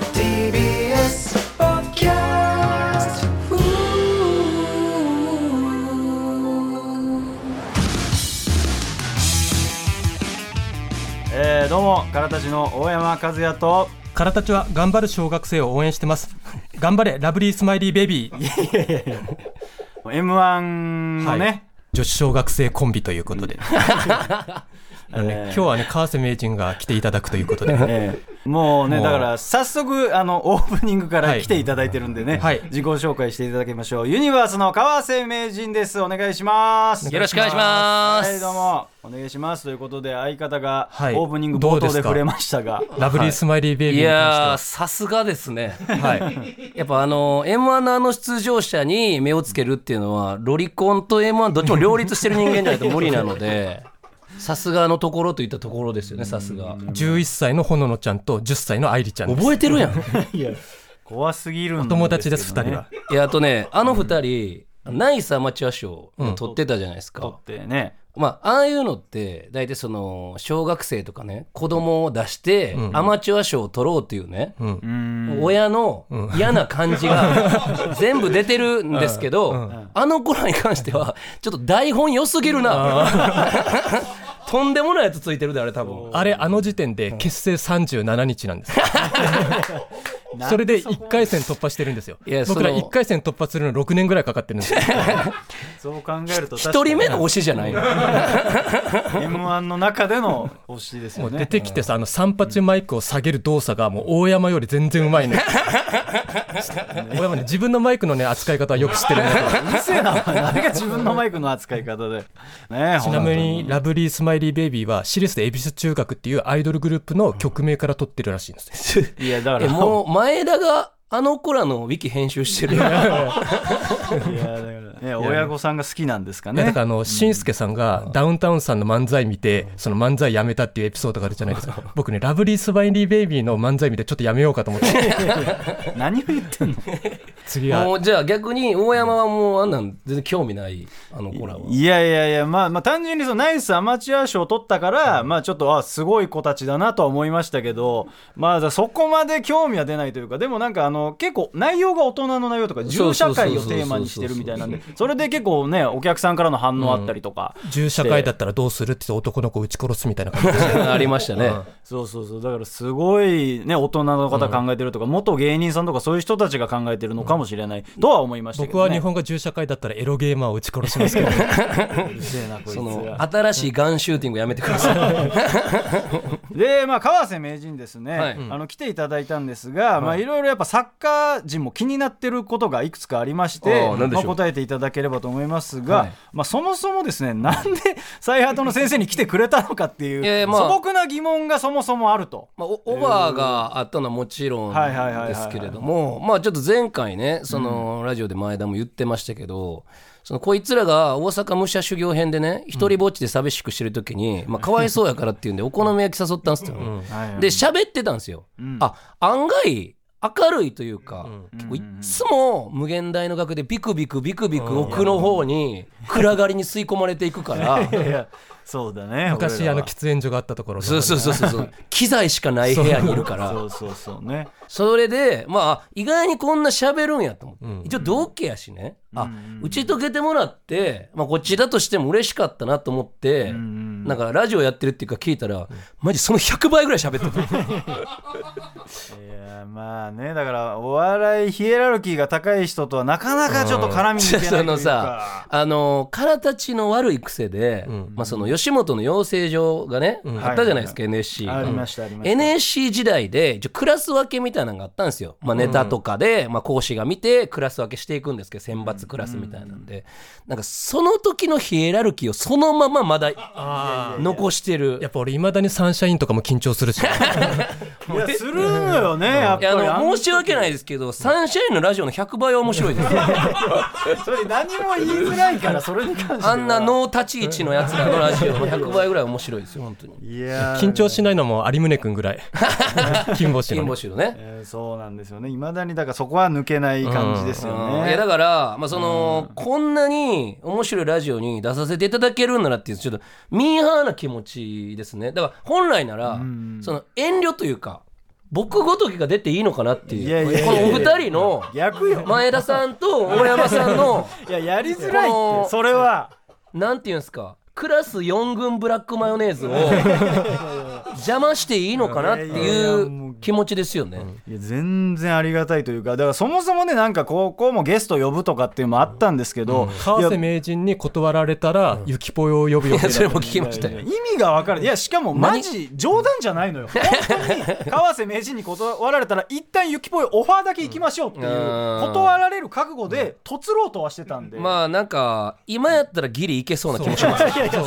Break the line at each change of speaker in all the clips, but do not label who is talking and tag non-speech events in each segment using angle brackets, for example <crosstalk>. TBS ポッキャスト
えー、どうもからたちの大山和也と
からたちは頑張る小学生を応援してます。頑張れ、ラブリースマイリーベビー。
m 1のね、
女子小学生コンビということ
<laughs>
で。あのね
えー
今日はね、川瀬名人が来ていただくということで。
えーもうね
もう
だから早速あのオープニングから
はい
来ていただいてるんでね、
はい
自己紹介していただきましょうユニバースの川瀬名人ですお願いします
よろしくお願いしま
はい
す。
どうもお願いしますということで相方が
はい
オープニング
ど
冒
うで
頭
す
で
か
触れましたが、
ラブリースマイリーベビー
い
に
やー、
関
さすがですね。
しては。はい。
<laughs> やっぱあの、M1 のあの出場者に目をつけるっていうのは、ロリコンと M1 どっちも両立してる人間じゃないと無理なの <laughs> で、さすがのところといったところですよね、さすが。
11歳のほののちゃんと10歳の愛梨ちゃんです。
覚えてるやん。
怖すぎるんですけどね
友達です、2人は。
いや、あとね、あの二人、ナイスアマチュア賞を取ってたじゃないですか。
撮ってね
まあ、ああいうのって大体その小学生とかね子供を出して
うん
アマチュア賞を取ろうっていうね、
うーん
親の嫌な感じ <laughs> が全部出てるんですけど、
うんう
あの頃に関してはちょっと台本良すぎるな <laughs> とんでもないやつついてるであれ多分
あれ、あの時点で結成37日なん
<laughs>
ですよ。それで1回戦突破してるんですよ
いや。その
僕ら1回戦突破するの6年ぐらいかかってるんですよ。
そう考えると
一人目の推しじゃないの
m 1の中での推しです
も
よ
う
ね
出てきてさ、あの三八マイクを下げる動作がもう大山より全然う <laughs> まいね。大山ね、自分のマイクのね、扱い方はよく知って <laughs> るね。
うるせえな、お前あれが自分のマイクの扱い方で。ねえ、
ちなみ
ほん
に、ラブリースマイリーベイビーは、私立恵比寿中学っていうアイドルグループの曲名から取ってるらしいんですよ。
とに。いや、だか
え
ら、
もう前田があの子らのウィキ編集してる
いや、だから、ね、親御さんが好きなんですか
いや
ね。
だからあの、しんすけさんがダウンタウンさんの漫才見て、その漫才やめたっていうエピソードがあるじゃないです <laughs> か。僕ね、ラブリースマイリーベイビーの漫才見てちょっとやめようかと思 <laughs> って、
何を言ってんの。
次
も
は。
うじゃあ逆に大山はもうあんなん全然興味ないあの子らはい
やいやいや、まあ、まあ、単純にそのナイスアマチュア賞を取ったから、まあ、ちょっと、あ、すごい子たちだなとは思いましたけど。まあ、そこまで興味は出ないというか、でも、なんか、あの、結構内容が大人の内容とか、銃社会をテーマにしてるみたいなんで。それで、結構ね、お客さんからの反応あったりとか。
銃社会だったらどうするって言って男の子を撃ち殺すみたいな感じ <laughs> で
ありましたね、
そうそうそうだからすごいね大人の方考えてるとか、元芸人さんとかそういう人たちが考えてるのかもしれないとは思いましたけ
僕
ど、
は
ね、
日本が銃社会だったらエロゲーマーを撃ち殺しますけど
うるせえなこいつ
その
が
新しいガンシューティングやめてください
でまあ川瀬名人ですね、
はい
あの来ていただいたんですが、まあいろいろやっぱサッカー陣も気になってることがいくつかありまして
ああ何でし
ま
ょ
あ、
う
答えていただければと思いますが、
はい
まあそもそもですねなんで <laughs> 再発の先生に来てくれたのかっていう、
いやいやまあ
素朴な疑問がそもそもあると。
まあ、おオファーがあったのはもちろん
はいはいはいはいはい
ですけれどもまあちょっと前回ねそのラジオで前田も言ってましたけど、そのこいつらが大阪武者修行編でね一人ぼっちで寂しくしてる時に、まあ、かわいそうやからっていうんでお好み焼き誘ったんですよ、
はいはい
で喋ってたんですよ、
うん
あ案外明るいというか、
う
結構いっつも無限大の額でビクビクビクビク奥の方に暗がりに吸い込まれていくから
いやいやそうだね
<laughs> 昔あの
俺らは
喫煙所があったところの
そうそうそうそう <laughs> 機材しかない部屋にいるから
そうそうそうね
それでまあ意外にこんな喋るんやと思って、
うん
一応同期やしね、
う
あ
ん
打ち解けてもらって、まあ、こっちだとしても嬉しかったなと思って、
ん
なんかラジオやってるっていうか聞いたら、マジその100倍ぐらい喋ってた <laughs>
いやまあねだからお笑いヒエラルキーが高い人とはなかなかちょっと絡みにいけ <laughs> ないとい
そう
か
のさあの空たちの悪い癖で、
うん
まあ、その吉本の養成所がね、
うん
あったじゃないですか、NSC
ありましたありました
NSC 時代で一応クラス分けみたいなのがあったんですよ、まあ、ネタとかで、まあ、講師が見てクラス分けしていくんですけど選抜クラスみたいなんで、なんかその時のヒエラルキーをそのまままだ
あ
残して
ーや
る
っぱ俺いまだにサンシャインとかも緊張す
<laughs>
る
い
し
やするのよねやっ
いや
ぱり
あの申し訳ないいですけどサンシャインのラジオの100倍は面白いです
それ何も言いづらいからそれに関しては
あんなノー立ち位置のやつらのラジですよ100倍ぐらい面白いですよ本当に
いやー
緊張しないのも有宗君ぐらい
<laughs>
金星
金
の
星のね
えーそうなんですよねいまだにだからそこは抜けない感じですよ
うんい
ね
やだから、まあそのこんなに面白いラジオに出させていただけるんならっていうちょっとミーハーな気持ちですねだから本来なら、その遠慮というか僕ごときが出ていいのかなっていう
いやいやいや
このお二人の
逆よ
前田さんと大山さんの
いややりづらい
こ
っ
の
てそれは
なんていうんですかクラス4軍ブラックマヨネーズを邪魔していいのかなって
いやいやいや
い
も
う
う
気持ちですよね。
いや全然ありがたいというかだからそもそもねなんか高校もゲスト呼ぶとかっていうのもあったんですけど、い
川
や
瀬名人に断られたら、ゆきぽよを呼ぶ予
いや
定
<laughs> それ
だ
も聞きました
<laughs>
よ。
意味が分かるいやしかもマジ冗談じゃないのよ本当に川瀬名人に断られたら一旦ゆきぽいオファーだけ行きましょうっていう
うん
断られる覚悟で突ろうとはしてたんで、
まあなんか今やったらギリいけそうな気もし
そう
ます
そうそ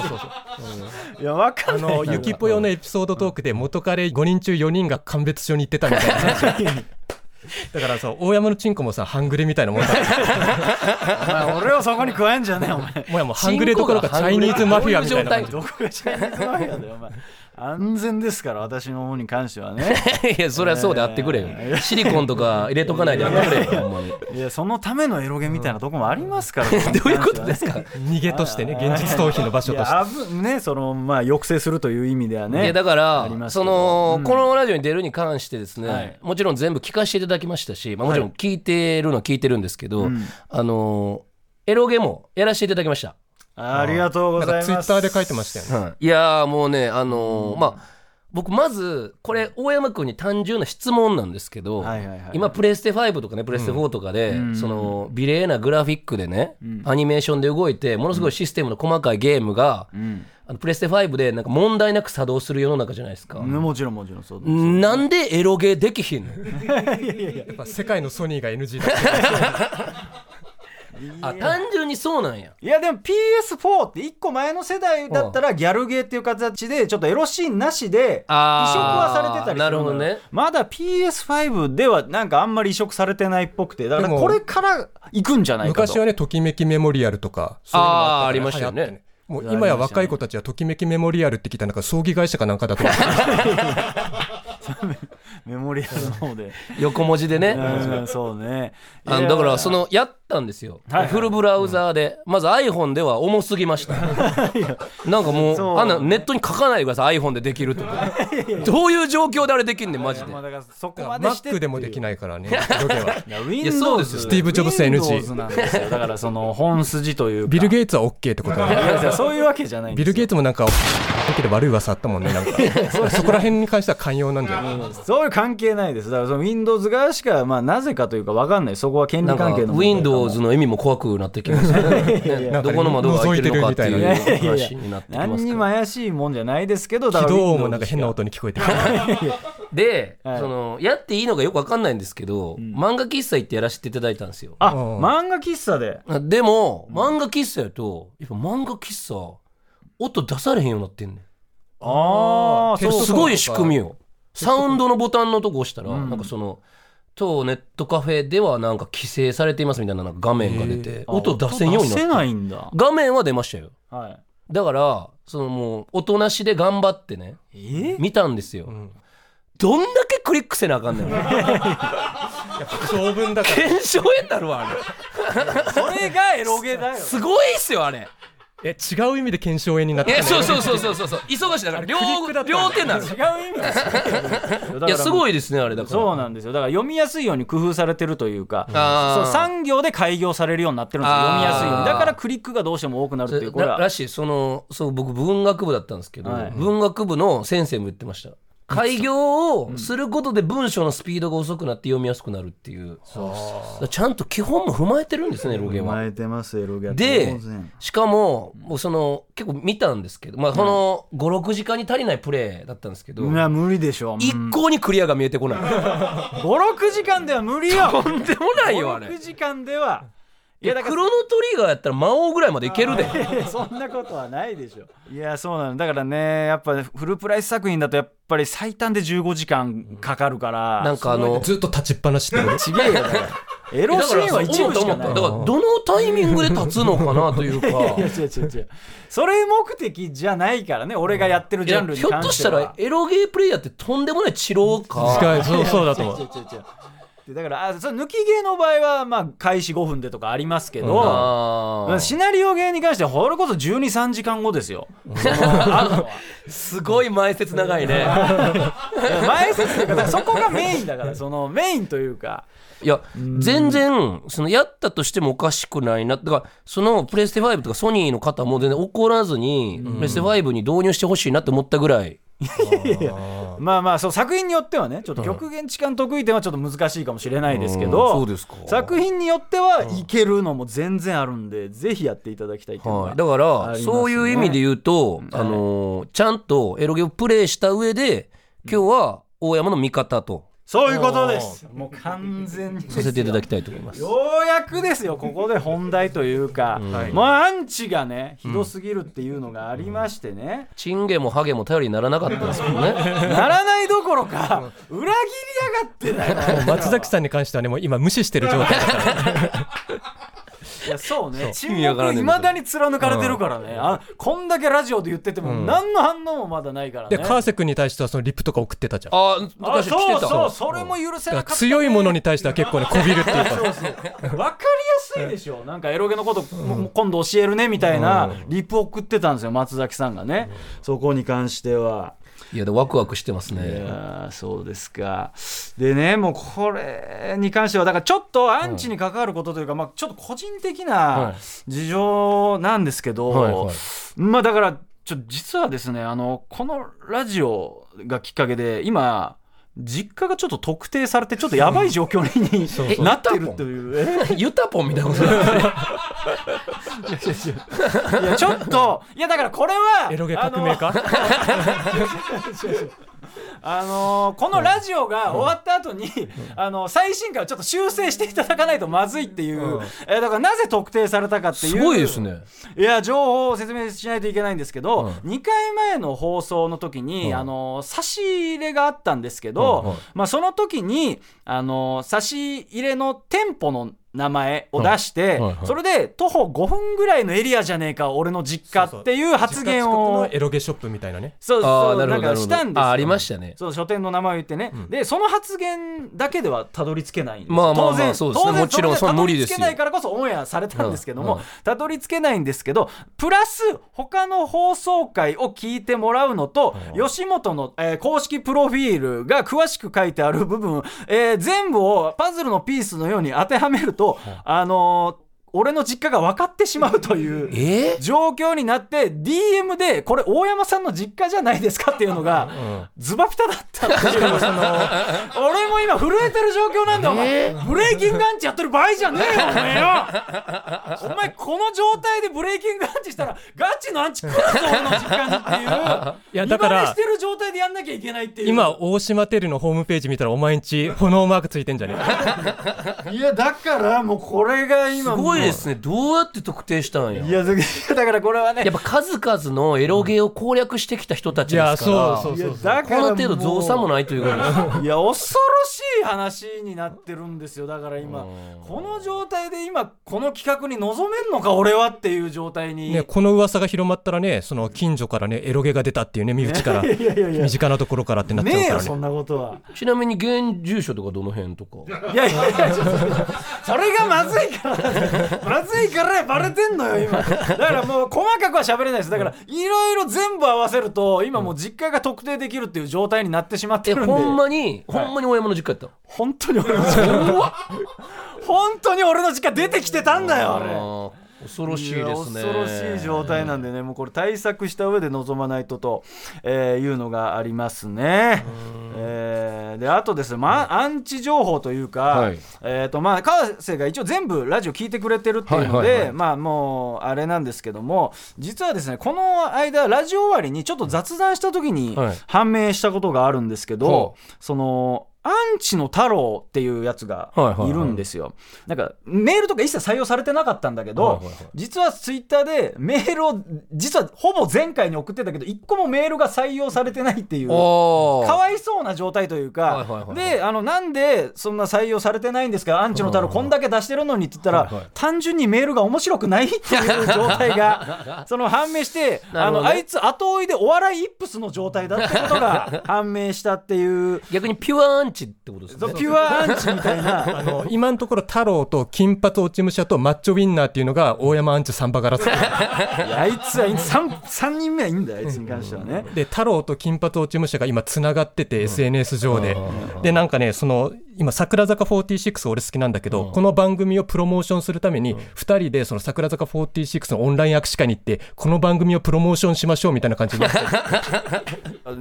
う
いや分か
あ
んない
のゆきぽよのエピソードトークで元彼5人中4人が鑑別所に行ってたみたいな話
<laughs>
だからそう大山のチンコもさ半グレみたいなもんだ
<laughs>
お前俺をそこに加えんじゃねえお前
<laughs> もやもう半グレどころかチャイニーズマフィアみたいな感じ
どこがチャイニーズマフィアだよお前安全ですから私の方に関してはね
<laughs> いやそれはそうであってくれよシリコンとか入れとかないであってくれよほんまにど
いやそのためのエロゲみたいなとこもありますから、
ういうことですか
逃げとしてね現実逃避の場所
い
として
や危ねそのまあ抑制するという意味ではいね
やだか
あり
ら
ます
そ
けど
の
うん
このラジオに出るに関してです
はい
ねもちろん全部聞かせていただきましたしまあもちろん聞いてるのは聞いてるんですけ
う
ど
ん
あのエロゲもやらせていただきました
ありがとうご
なん
ざい
か
ます
ツイッターで書いてましたよね
いやーもうねあのーまあ僕まずこれ大山君に単純な質問なんですけど、
はいはいはい
今プレステ5とかねプレステ4とかで、
うん
その美麗なグラフィックでね、
うん
アニメーションで動いてものすごいシステムの細かいゲームが、
うん
あのプレステ5でなんか問題なく作動する世の中じゃないですか、
ねもちろんもちろんそうです
なんでエロゲーできひんの
やっぱ世界のソニーが NG だって
あ単純にそうなんや
いやでも PS4 って1個前の世代だったらギャルゲーっていう形でちょっとエロシーンなしで移植
あー
はされてたりするのよ
なるほどね
まだ PS5 ではなんかあんまり移植されてないっぽくてだから
でも
これから行くんじゃないかと
昔はねときめきメモリアルとかそういうのもあったから
あーありましたよね
流行ってもう今や若い子たちはときめきメモリアルって聞いたらなんか葬儀会社かなんかだと思う
<laughs>
メモリアルの方で
横文字でね、
うんそうね
あ
い
の
や
だからそのやったんですよ、
はい
フルブラウザーで、まず iPhone では重すぎました
<laughs>
なんかも
そう
うあんなネットに書かないでください iPhone ででき
<laughs>
るとかどういう状況であれできんねんマジで
まあだからそこまでしてってい
Mac
う
でもできない
<laughs>
からねロケはい
や
やそうで
Windows
すよ
スティーブジョブズ NG
Windows なんですよだからその本筋というか
ビル・ゲイツは OK ってことだね
いやいやそういうわけじゃないん
ビ
です
ル・
よ
ゲイツもなんか、だけで悪い噂あったもんね、なんか。そこら辺に関しては寛容なんじゃない
そういう関係ないですだからその Windows 側しかまあなぜかというかわかんないそこは権
な
利
んか
関係の問題かも
Windows の意味も怖くなってきますよねねどこの窓が開いてるのかって
い
いう
やいやいや
話になってきま
何
す
に
か
も
ら
怪しいもんじゃないですけどだ
軌
から
道音もなんか
Windows
変な音に聞こえてく
で、
はい
そのやっていいのかよく分かんないんですけど、漫画喫茶行ってやらせていただいたんですよ
あ
うん
漫画喫茶で
でも漫画喫茶やとやっぱ漫画喫茶音出されへんようになってんねん
ああ
テスト
そう
すごい仕組みよサウンドのボタンのとこ押したら、
ん
なんかその当ネットカフェではなんか規制されていますみたいななんか画面が出て音出せんようになっ
出
て
せないんだ
画面は出ましたよ
は
だからそのもう音なしで頑張ってね
いえ
見たんですよ、
ん
どんだけクリックせなあかんねん
長文だか
検証になるわあれ
それがエロゲだよ
すごいっすよあれ
ら。え、違う意味で検証炎になっ <laughs>
い
て
やそうそうそうそうそうそう忙しいだから両両手になる
違う意味ですよ
いやす
い
ごいですねあれだから
そうなんですよだから読みやすいように工夫されてるというか
あー
そう産業で開業されるようになってるんですよ
あー
読みやすいようにだからクリックがどうしても多くなるっていうこれ
らら
は
しいそのそう僕文学部だったんですけど、
はい
文学部の先生も言ってました開業をすることで文章のスピードが遅くなって読みやすくなるっていうだからちゃんと基本も踏まえてるんですねロゲは。
えてますエロゲ
でしかももうその結構見たんですけど、まあ、この56時間に足りないプレーだったんですけど、
いや無理でしょ
一向にクリアが見えてこない
56時間では無理よ
とんでもないよあれ
56時間で <laughs> はい
やクロノトリガーやったら魔王ぐらいまでいけ
<laughs>
るで
いやそんなことはないでしょいやそうなのだからねやっぱフルプライス作品だとやっぱり最短で15時間かかるから
なんかあの
ずっと立ちっぱなしってこと
ちげえよだからエロシーンは一部しか
だ
な
か
い
らどのタイミングで立つのかなという
<laughs>
か
いや違う違う違うそれ目的じゃないからね俺がやってる
い
ジャ
や
ンルに
ひょっ
関
とし
して
た
は
らエロゲープレイヤーってとんでもない治療か
近いそうそうだ <laughs> と思
違う
う
違う違うでだからあその抜き芸の場合は、まあ、開始5分でとかありますけど、
あー
シナリオ芸に関してはこれこそ1 2 3時間後です
<laughs>
よ
すごい前説長いね
前説というかだからそこがメインだからそのメインというか
いや全然そのやったとしてもおかしくないなだからそのプレステ5とかソニーの方も全然怒らずにプレステ5に導入してほしいなって思ったぐらい
まあまあそう作品によってはねちょっと極限痴漢得意点はちょっと難しいかもしれないですけど、
うんそうですか
作品によってはいけるのも全然あるんで、ぜひやっていただきたいと思
はいい、
ま
だから、
ありますね
そういう意味で言うと、あのーちゃんとエロゲをプレイした上で今日は大山の味方と
そういうことですもう完全に
させていただきたいと思います。
ようやくですよここで本題というか、もうアンチがねひどすぎるっていうのがありましてね、
チンゲもハゲも頼りにならなかったですもんね。
ならないどころか裏切りやがってだよ
松崎さんに関してはねもう今無視してる状態だから
いやそうね沈
味わから
黙
ねえ
い
んだ
まだに貫かれてるからね、あこんだけラジオで言ってても何の反応もまだない
<laughs>
からね、
で川瀬君に対してはそのリップとか送ってたじゃん
<laughs> あー、
あ
昔来
そう
てた。
そうそれも許せ
だか
な
ら
かった、
強いものに対しては結構ねこびるってい
<laughs>
うか
分かりやすいでしょなんかエロゲのこと、もう今度教えるねみたいなリプ送ってたんですよ松崎さんがね、そこに関しては。
いや、でワクワクしてます
い
ね。
やーそうですかでねもうこれに関してはだからちょっとアンチに関わることというか、まあ、ちょっと個人的
はい
な事情なんですけど、
はいはい
まあだからちょっと実はですねあのこのラジオがきっかけで今実家がちょっと特定されてちょっとやばい状況に
う <laughs> そう
なってるという。え
<laughs> ユタポンみたいな <laughs> ことだ
いやちょっといやだからこれは
エロゲ革命か
あのーこのラジオが終わった後に、あの最新回をちょっと修正していただかないとまずいっていう、えーだからなぜ特定されたかっていう
すごいですね。
いや情報を説明しないといけないんですけど、2回前の放送の時に、あのー差し入れがあったんですけど、
うんうん
まあ、その時にあのー差し入れの店舗の名前を出して、
うんはいはい
それで徒歩5分ぐらいのエリアじゃねえか俺の実家っていう <laughs> 発言を
実家近くのエロゲショップみたいなね
そう
あ
そ
あ、
う
なる
な
ほ
ん
ど、
か
なる
し
ほ
たん
ど。
です
あ、
よ
ありましたね。
そう書店の名前を言ってね、でその発言だけではたどり着けないんです
まあまあまあ
当然
そうですね
当然
もちろん
それ
そ
た
れは
ど
無理
り
です
着
よ
けないからこそオンエアされたんですけど
う
も
んうん
たどり着けないんですけどプラス他の放送回を聞いてもらうのと吉本の、えー公式プロフィールが詳しく書いてある部分、えー全部をパズルのピースのように当てはめると、あのー俺の実家が分かってしまうという。
え
状況になって DM でこれ大山さんの実家じゃないですかっていうの
<laughs>
がズバピタだったっていうその
<laughs>
俺も今震えてる状況なんだお前ブレイキングアンチやってる場合じゃねえよお前
<laughs>
よお前この状態でブレイキングアンチしたらガチのアンチ来るぞ俺の実家にっていう
いやだから
見バレしてる状態でやんなきゃいけないっていう
今大島テルのホームページ見たらお前んち炎マークついてんじ
<laughs>
ゃねえ
いやだからもうこれが
す
今
ごいですね。どうやって特定したんや。
いやだからこれはね
やっぱ数々のエロゲを攻略してきた人たちですから、
いやそうそう
いやだ
こ
から
の
もう
程度増産もないというか、
<laughs> いや恐ろしい話になってるんですよだから今この状態で今この企画に臨めんのか俺はっていう状態に、
ねこの噂が広まったらねその近所からねエロゲが出たっていうね身内か
<laughs>
ら
いやいやいや
身近なところからってなっ
ね
ち
え
ゃう
よ
か
そ
ら
ん
ね
なことは
<laughs> ちなみに現住所とかどの辺とか。
いやいやいやちょっとそれがまずいからまずいからバレてんのよ今だからもう細かくは喋れないですだからいろいろ全部合わせると今もう実家が特定できるっていう状態になってしまっ
え、
てるんで
ほんまに、ほんまに大山の実家やったの
本当に俺の実家本当に俺の実家出てきてたんだよあれ
あー恐ろしいですね。
や恐ろしい状態なんでね、もうこれ対策した上で臨まないとと、えーいうのがありますね。えーであとですね、まあ、アンチ情報というか、
はい
えーとまあ、川瀬が一応全部ラジオ聞いてくれてるっていうの
はい
で、
はいはい
まあもうあれなんですけども実はですねこの間ラジオ終わりにちょっと雑談した時に
はい
判明したことがあるんですけど、
ほ
そのアンチの太郎っていうやつが
はいはいはい
いるんですよ。なんかメールとか一切採用されてなかったんだけど、
はいはいはい
実はツイッターでメールを実はほぼ前回に送ってたけど一個もメールが採用されてないっていう。
お
かわいそうな状態というか、
はいはいはいはい
であのなんでそんな採用されてないんですかアンチの太郎こんだけ出してるのにって言ったら、
はいはい
単純にメールが面白くないっていう状態
<laughs>
がその判明して、
な
あ
るほど
の
ね
あいつ後追いでお笑いイップスの状態だってことが判明したっていう。
逆にピュアアンチってことです
そ
ね
うピュアアンチみたいなあの
もう今のところ太郎と金髪落ち武者とマッチョウィンナーっていうのが大山アンチサンバガラス
い <laughs> やあいつは 3, 三人目はいいんだよあいつに関してはね。
で太郎と金髪落ち武者が今つながってて、SNS 上で、でなんかねその今桜坂46俺好きなんだけど、この番組をプロモーションするために2人でその桜坂46のオンライン握手会に行ってこの番組をプロモーションしましょうみたいな感じになってる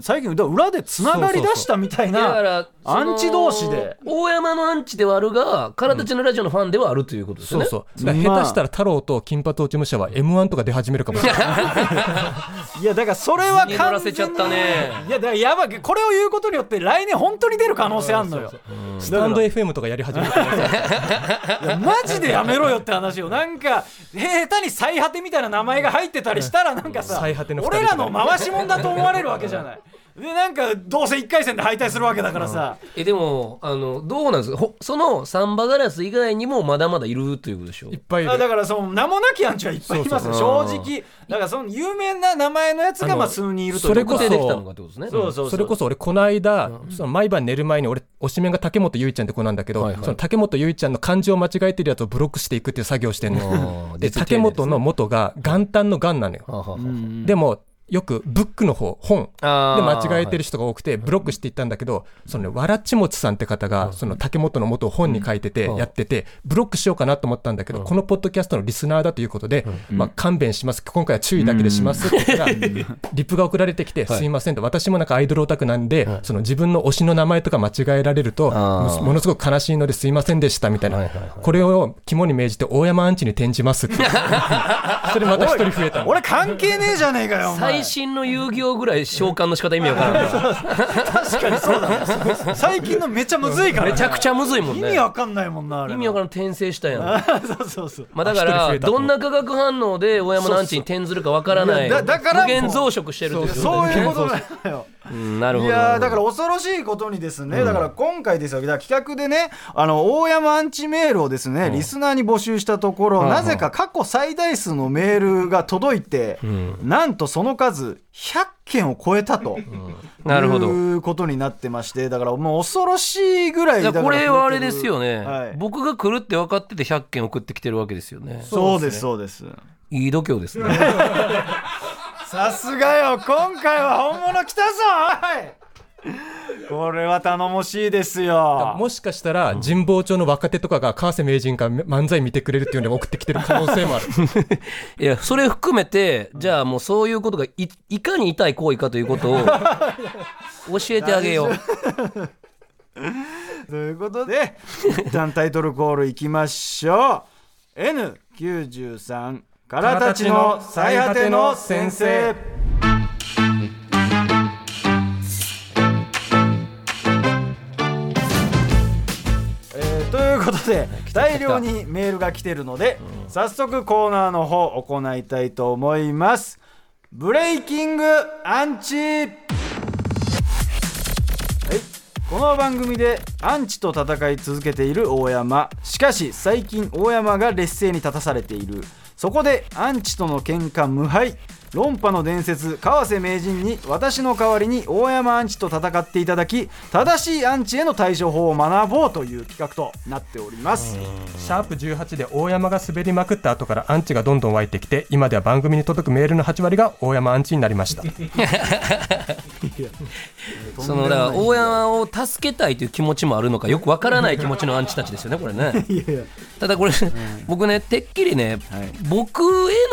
最近だから裏でつながりだしたみたい
だか
な
ら
アンチ同士で。
その大山のアンチではあるが空手ちのラジオのファンではあるということですよ
そう
ね
そうだから下手したら太郎と金髪落ち武者は m 1とか出始めるかもしれない
いやだからそれは
次乗ら
完全
せ
に
ちゃったね
いやだからやばいこれを言うことによって来年本当に出る可能性あんのよ
スタンド FM とかやり始めるかもしれない
いやマジでやめろよって話よなんか下手に最果てみたいな名前が入ってたりしたらなんかさ
最果ての二人
俺らの回し者だと思われるわけじゃないでなんかどうせ1回戦で敗退するわけだからさ
えでもあのどうなんですかほそのサンバガラス以外にもまだまだいるということでしょ
いっぱいい
あだ
る
からその名もなきアンチはいっぱいいますよ
そう
正
そう
直だからその有名な名前のやつがまあ数人いるという
それこ
特
そ
定できたのかってことですね
そうそう
それこそ俺この間、その毎晩寝る前に俺推しメンが竹本結衣ちゃんって子なんだけど、
はいはい
その竹本結衣ちゃんの漢字を間違えてるやつをブロックしていくっていう作業してん
あ
の
ー
で
実は丁
竹
寧ですね
本の元が元旦の元なのよ、
はあはあはあ
でもよくブックの方本で
あー
間違えてる人が多くてブロックしていったんだけどそのねわらちもちさんって方がその竹本の元を本に書いてて
うん
やっててブロックしようかなと思ったんだけどこのポッドキャストのリスナーだということでまあ勘弁します今回は注意だけでしますって言
<laughs>
ったらリプが送られてきて
はい
すいませんと私もなんかアイドルオタクなんでその自分の推しの名前とか間違えられると
あー
ものすごく悲しいのですいませんでしたみたい
はい
な
はいはい
これを肝に銘じて大山アンチに転じますって
<laughs>
それまた一人増えたの
俺関係ねえじゃねえかよお前
最新の遊戯王ぐらい召喚の仕方意味わからんから
確かにそうだね最近のめちゃむずいからね
<laughs> めちゃくちゃむずいもん
意
ね
味わかんないもんなあれ
意味わからん転生したやん
かんないそうそうそう
まあだか
あ一人増
ら
えたと
どんな化学反応で大山のアンチに転ずるかわからない
いやだだからも
無
う
限増殖してるという状
そう
態
いうことなのよ
うんなる
い
ほど
やーだ
なる
から
ほど
恐ろしいことにですね、だから今回ですよだから企画でねあの大山アンチメールをですね、リスナーに募集したところ、
はいはい
なぜか過去最大数のメールが届いて、なんとその数100件を超えたと、
なるほど
いうことになってましてだからもう恐ろしいぐらい
いや
だから
これはあれですよ
は
ね
い
僕が来るって分かってて100件送ってきてるわけですよね
そうですそうです
いい度胸です
<laughs>
ね
さすがよ今回は本物来たぞおいこれは頼もしいですよ
もしかしたら神保町の若手とかが川瀬名人が漫才見てくれるっていうので送ってきてる可能性 <laughs> もある
いやそれ含めてじゃあもうそういうことがいいかに痛い行為かとい
<laughs>
うことを教えてあげよう
ということで一旦タイトルコールいきましょう N93 からたちの最果ての先生えーということで大量にメールが来てるので早速コーナーの方行いたいと思いますブレイキングアンチはい、この番組でアンチと戦い続けている大山しかし最近大山が劣勢に立たされているそこでアンチとの喧嘩無敗論破の伝説川瀬名人に私の代わりに大山アンチと戦っていただき正しいアンチへの対処法を学ぼうという企画となっております
シャープ18で大山が滑りまくった後からアンチがどんどん湧いてきて今では番組に届くメールの8割が大山アンチになりました
そのだから大山を助けたいという気持ちもあるのかよくわからない気持ちのアンチたちですよねこ
<laughs>
れねただこれ、僕ねてっきりね、僕へ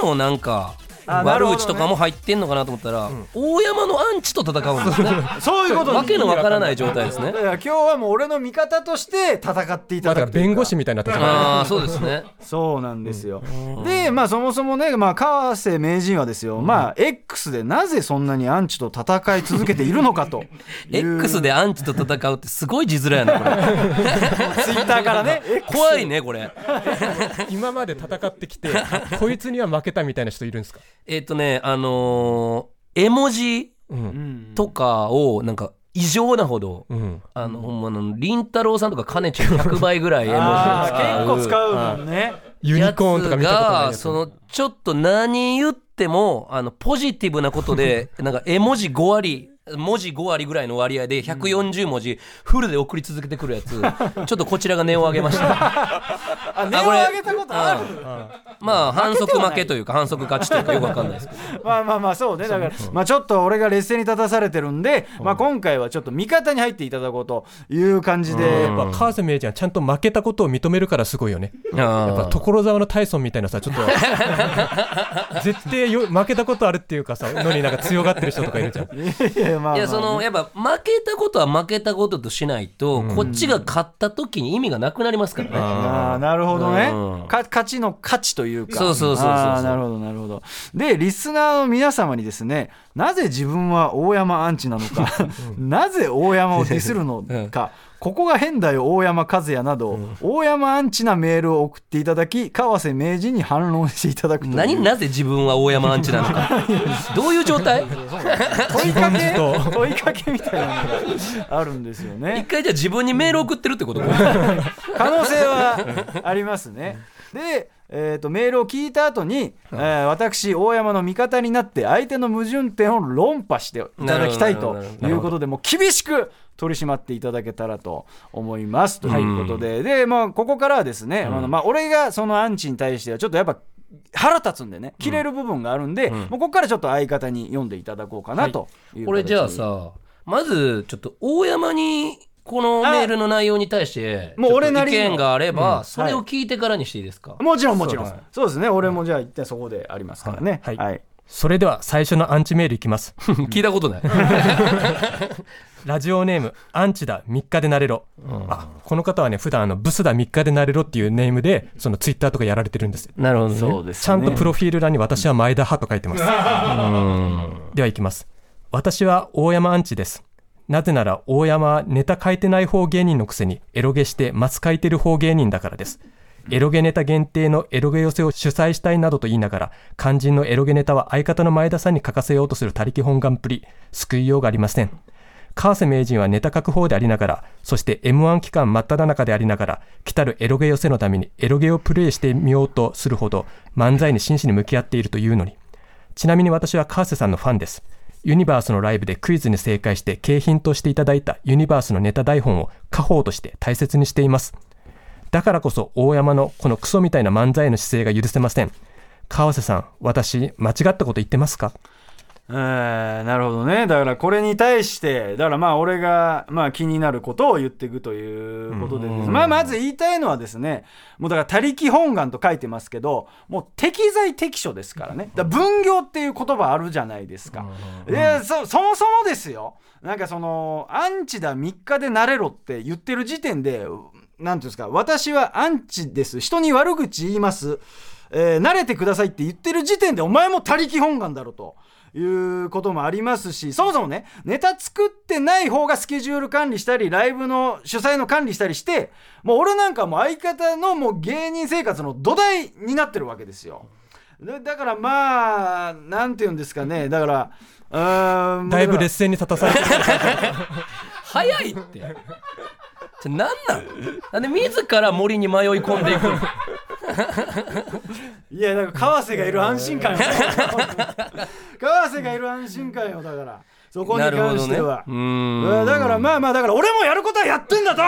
のなんか
あなる
悪
ほどね
口とかも入ってんのかなと思ったら、大山のアンチと戦うんですね
<laughs> そういうこと
わけのわからないい状態です
だ
ね
から今日 <laughs> はもう俺の味方として戦ってい
<laughs> ま
ただ
あだから
く
弁護士
み
みたいになってしまう
ああそうですね
そうなんですよ、でまあそもそもね、まあ、川瀬名人はですよ、まあ X でなぜそんなにアンチと戦い続けているのかと <laughs>
X でアンチと戦うってすごい字面やなこれ
ツイッターからね
<laughs> 怖いねこれ
<laughs> 今まで戦ってきてこいつには負けたみたいな人いるんですか、
えっ、とねあのー絵文字
うん
とかをなんか異常なほど、
うん、
あのほんまのりんたろーさんとかかねちゃん100倍
<laughs>
ぐらい絵文字を
あー結構
う
使うもんね
ユニコーンとか見たことない
や
や
つが
つ
そのちょっと何言ってもあのポジティブなこと
<laughs>
でなんか絵文字5割文字5割ぐらいの割合で140文字フルで送り続けてくるやつちょっとこちらが値を上げました
<laughs> あ値を上げたことある
まあ反則負けというか反則勝ちというかよくわかんないですけど
まあまあまあそうねだからまあちょっと俺が劣勢に立たされてるんで、まあ、今回はちょっと味方に入っていただこうという感じで、
やっぱ川瀬名人はちゃんと負けたことを認めるからすごいよねやっぱ所沢のタイソンみたいな
<laughs>
さちょっと絶対よ負けたことあるっていうかさのになんか強がってる人とかいるじゃん
<laughs> いやまあまあ
いやそのやっぱ負けたことは負けたこととしないと、こっちが勝った時に意味がなくなりますからね、
あーなるほどね、
うん
か勝ちの価値というか
そうそうそうそうそう
あーなるほどなるほどでリスナーの皆様にですねなぜ自分は大山アンチなのか
<laughs>
なぜ大山をディスるのか、ここが変だよ大山和也など、大山アンチなメールを送っていただき川瀬名人に反論していただくという
何なぜ自分は大山アンチなの
<laughs>
かどういう状態
問いかけ
自分
問いかけみたいなのがあるんですよ
一
ね
回じゃあ自分にメール送ってるっ
<laughs>
てこと
可能性はありますねで、えー、とメールを聞いた後に、えー私大山の味方になって相手の矛盾点を論破していただきたい
なるほ
と
どなるほど
いうことでもう厳しく取り締まっていただけたらと思いますということで、で、まあ、ここからはですね、あのまあ、俺がそのアンチに対してはちょっとやっぱ腹立つんでね切れる部分があるんで、もうここからちょっと相方に読んでいただこうかなという形で、
これじゃあさまずちょっと大山にこのメールの内容に対して
もう俺なりの
ちょっと意見があればそれを聞いてからにしていいで
<laughs>
すか、
もちろんもちろん
そ
そうう,、
だね
ですね俺もじゃあ一旦そこでありますからね
はい
はい
それでは最初のアンチメールいきます
聞いたことない
ラジオネームアンチだ3日でなれろ、あこの方はね普段あのブスだ3日でなれろっていうネームでそのツイッターとかやられてるんです
なるほどね
そうです、ね、
ちゃんとプロフィール欄に私は前田派と書いてます。では行きます。私は大山アンチです。なぜなら大山はネタ書いてない方芸人のくせにエロゲしてマス書いてる方芸人だからです。エロゲネタ限定のエロゲ寄せを主催したいなどと言いながら、肝心のエロゲネタは相方の前田さんに書かせようとする他力本願っぷり、救いようがありません。川瀬名人はネタ書く方でありながら、そして M1 期間真っ只中でありながら、来たるエロゲ寄せのためにエロゲをプレイしてみようとするほど、漫才に真摯に向き合っているというのに。ちなみに私は川瀬さんのファンです。ユニバースのライブでクイズに正解して景品としていただいたユニバースのネタ台本を家宝として大切にしています。だからこそ大山のこのクソみたいな漫才の姿勢が許せません。川瀬さん、私、間違ったこと言ってますか
えーなるほどねだからこれに対してだからまあ俺がまあ気になることを言っていくということでですまあまず言いたいのはですねもうだから「他力本願」と書いてますけどもう適材適所ですからねだから分業っていう言葉あるじゃないですか、いやそそもそもですよなんかその「アンチだ3日でなれろ」って言ってる時点でなんていうんですか私はアンチです人に悪口言いますえー慣れてくださいって言ってる時点でお前も他力本願だろということもありますしそもそもねネタ作ってない方がスケジュール管理したりライブの主催の管理したりしてもう俺なんかもう相方のもう芸人生活の土台になってるわけですよだだからまあなんて言うんですかねだからうーん
だいぶ
から
劣勢に立たされてる。
早いってじゃあ何なんなんで自ら森に迷い込んでいくの
いやだから川瀬がいる安心感よ <laughs> 川瀬がいる安心感よだからそこに
なるほ
関
ど
して
ね
は。
うー
うんんだからまあまあだから俺もやることはやってんだと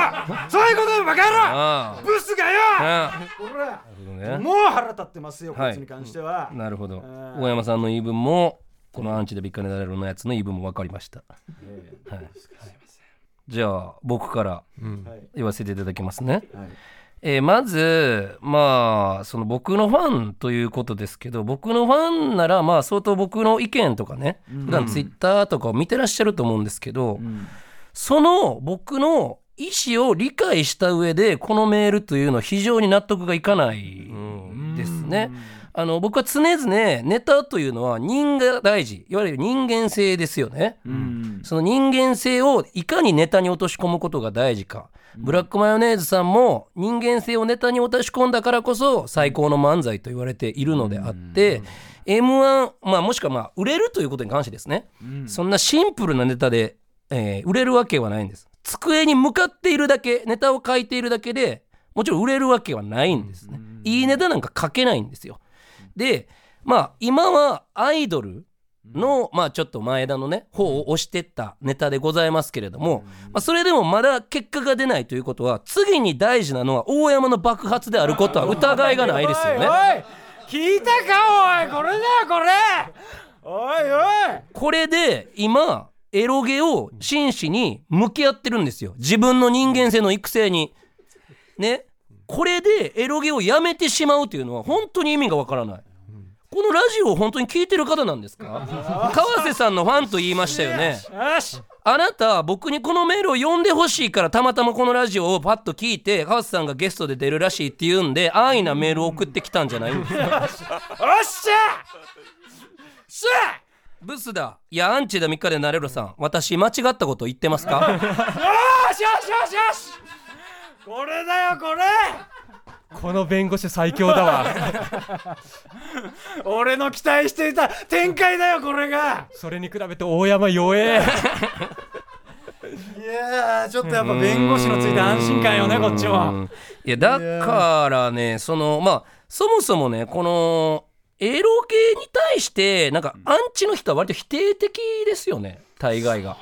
そういうことバカ野郎
あ
ブスが
あ
よ
あ
ほら
あなるほどね
もう腹立ってますよこいつに関しては、
なるほど
ん
大山さんの言い分もこのアンチでびっかねだれるのやつの言い分も分かりました、はい、じゃあ僕から
はい
言わせていただきますね、
はい
えーまず、まあ、その僕のファンということですけど、僕のファンなら、まあ、相当僕の意見とかね、普段ツイッターとかを見てらっしゃると思うんですけど、その僕の意思を理解した上で、このメールというのは非常に納得がいかないですね。あの僕は常々ネタというのは人が大事いわゆる人間性ですよね、
うん
その人間性をいかにネタに落とし込むことが大事か。ブラックマヨネーズさんも人間性をネタに落とし込んだからこそ最高の漫才と言われているのであって、M1、まあもしくはまあ売れるということに関してですね。そんなシンプルなネタで、えー売れるわけはないんです。机に向かっているだけ、ネタを書いているだけでもちろん売れるわけはないんですね。いいネタなんか書けないんですよ。で、まあ今はアイドルの、まあちょっと前田のね方を押してったネタでございますけれども、まあ、それでもまだ結果が出ないということは次に大事なのは大山の爆発であることは疑いがないですよね。
おい聞いたかおいこれだよこれおいおい
これで今エロゲを真摯に向き合ってるんですよ自分の人間性の育成に。ねこれでエロゲをやめてしまうというのは本当に意味がわからない。このラジオを本当に聞いてる方なんですか川瀬さんのファンと言いましたよね。
よし
あなた僕にこのメールを読んでほしいからたまたまこのラジオをパッと聞いて川瀬さんがゲストで出るらしいって言うんで安易なメールを送ってきたんじゃないんですか
おっしゃしゃ
ブスだいやアンチだ3日でなれろさん私間違ったこと言ってますか
よしよしよしよしこれだよこれ
この弁護士最強だわ
俺の期待していた展開だよこれが
それに比べて大山弱え
いやーちょっとやっぱ弁護士のついた安心感よねこっちも
<laughs> いやだからねそのまあそもそもねこのエロ系に対してなんかアンチの人は割と否定的ですよね大概が。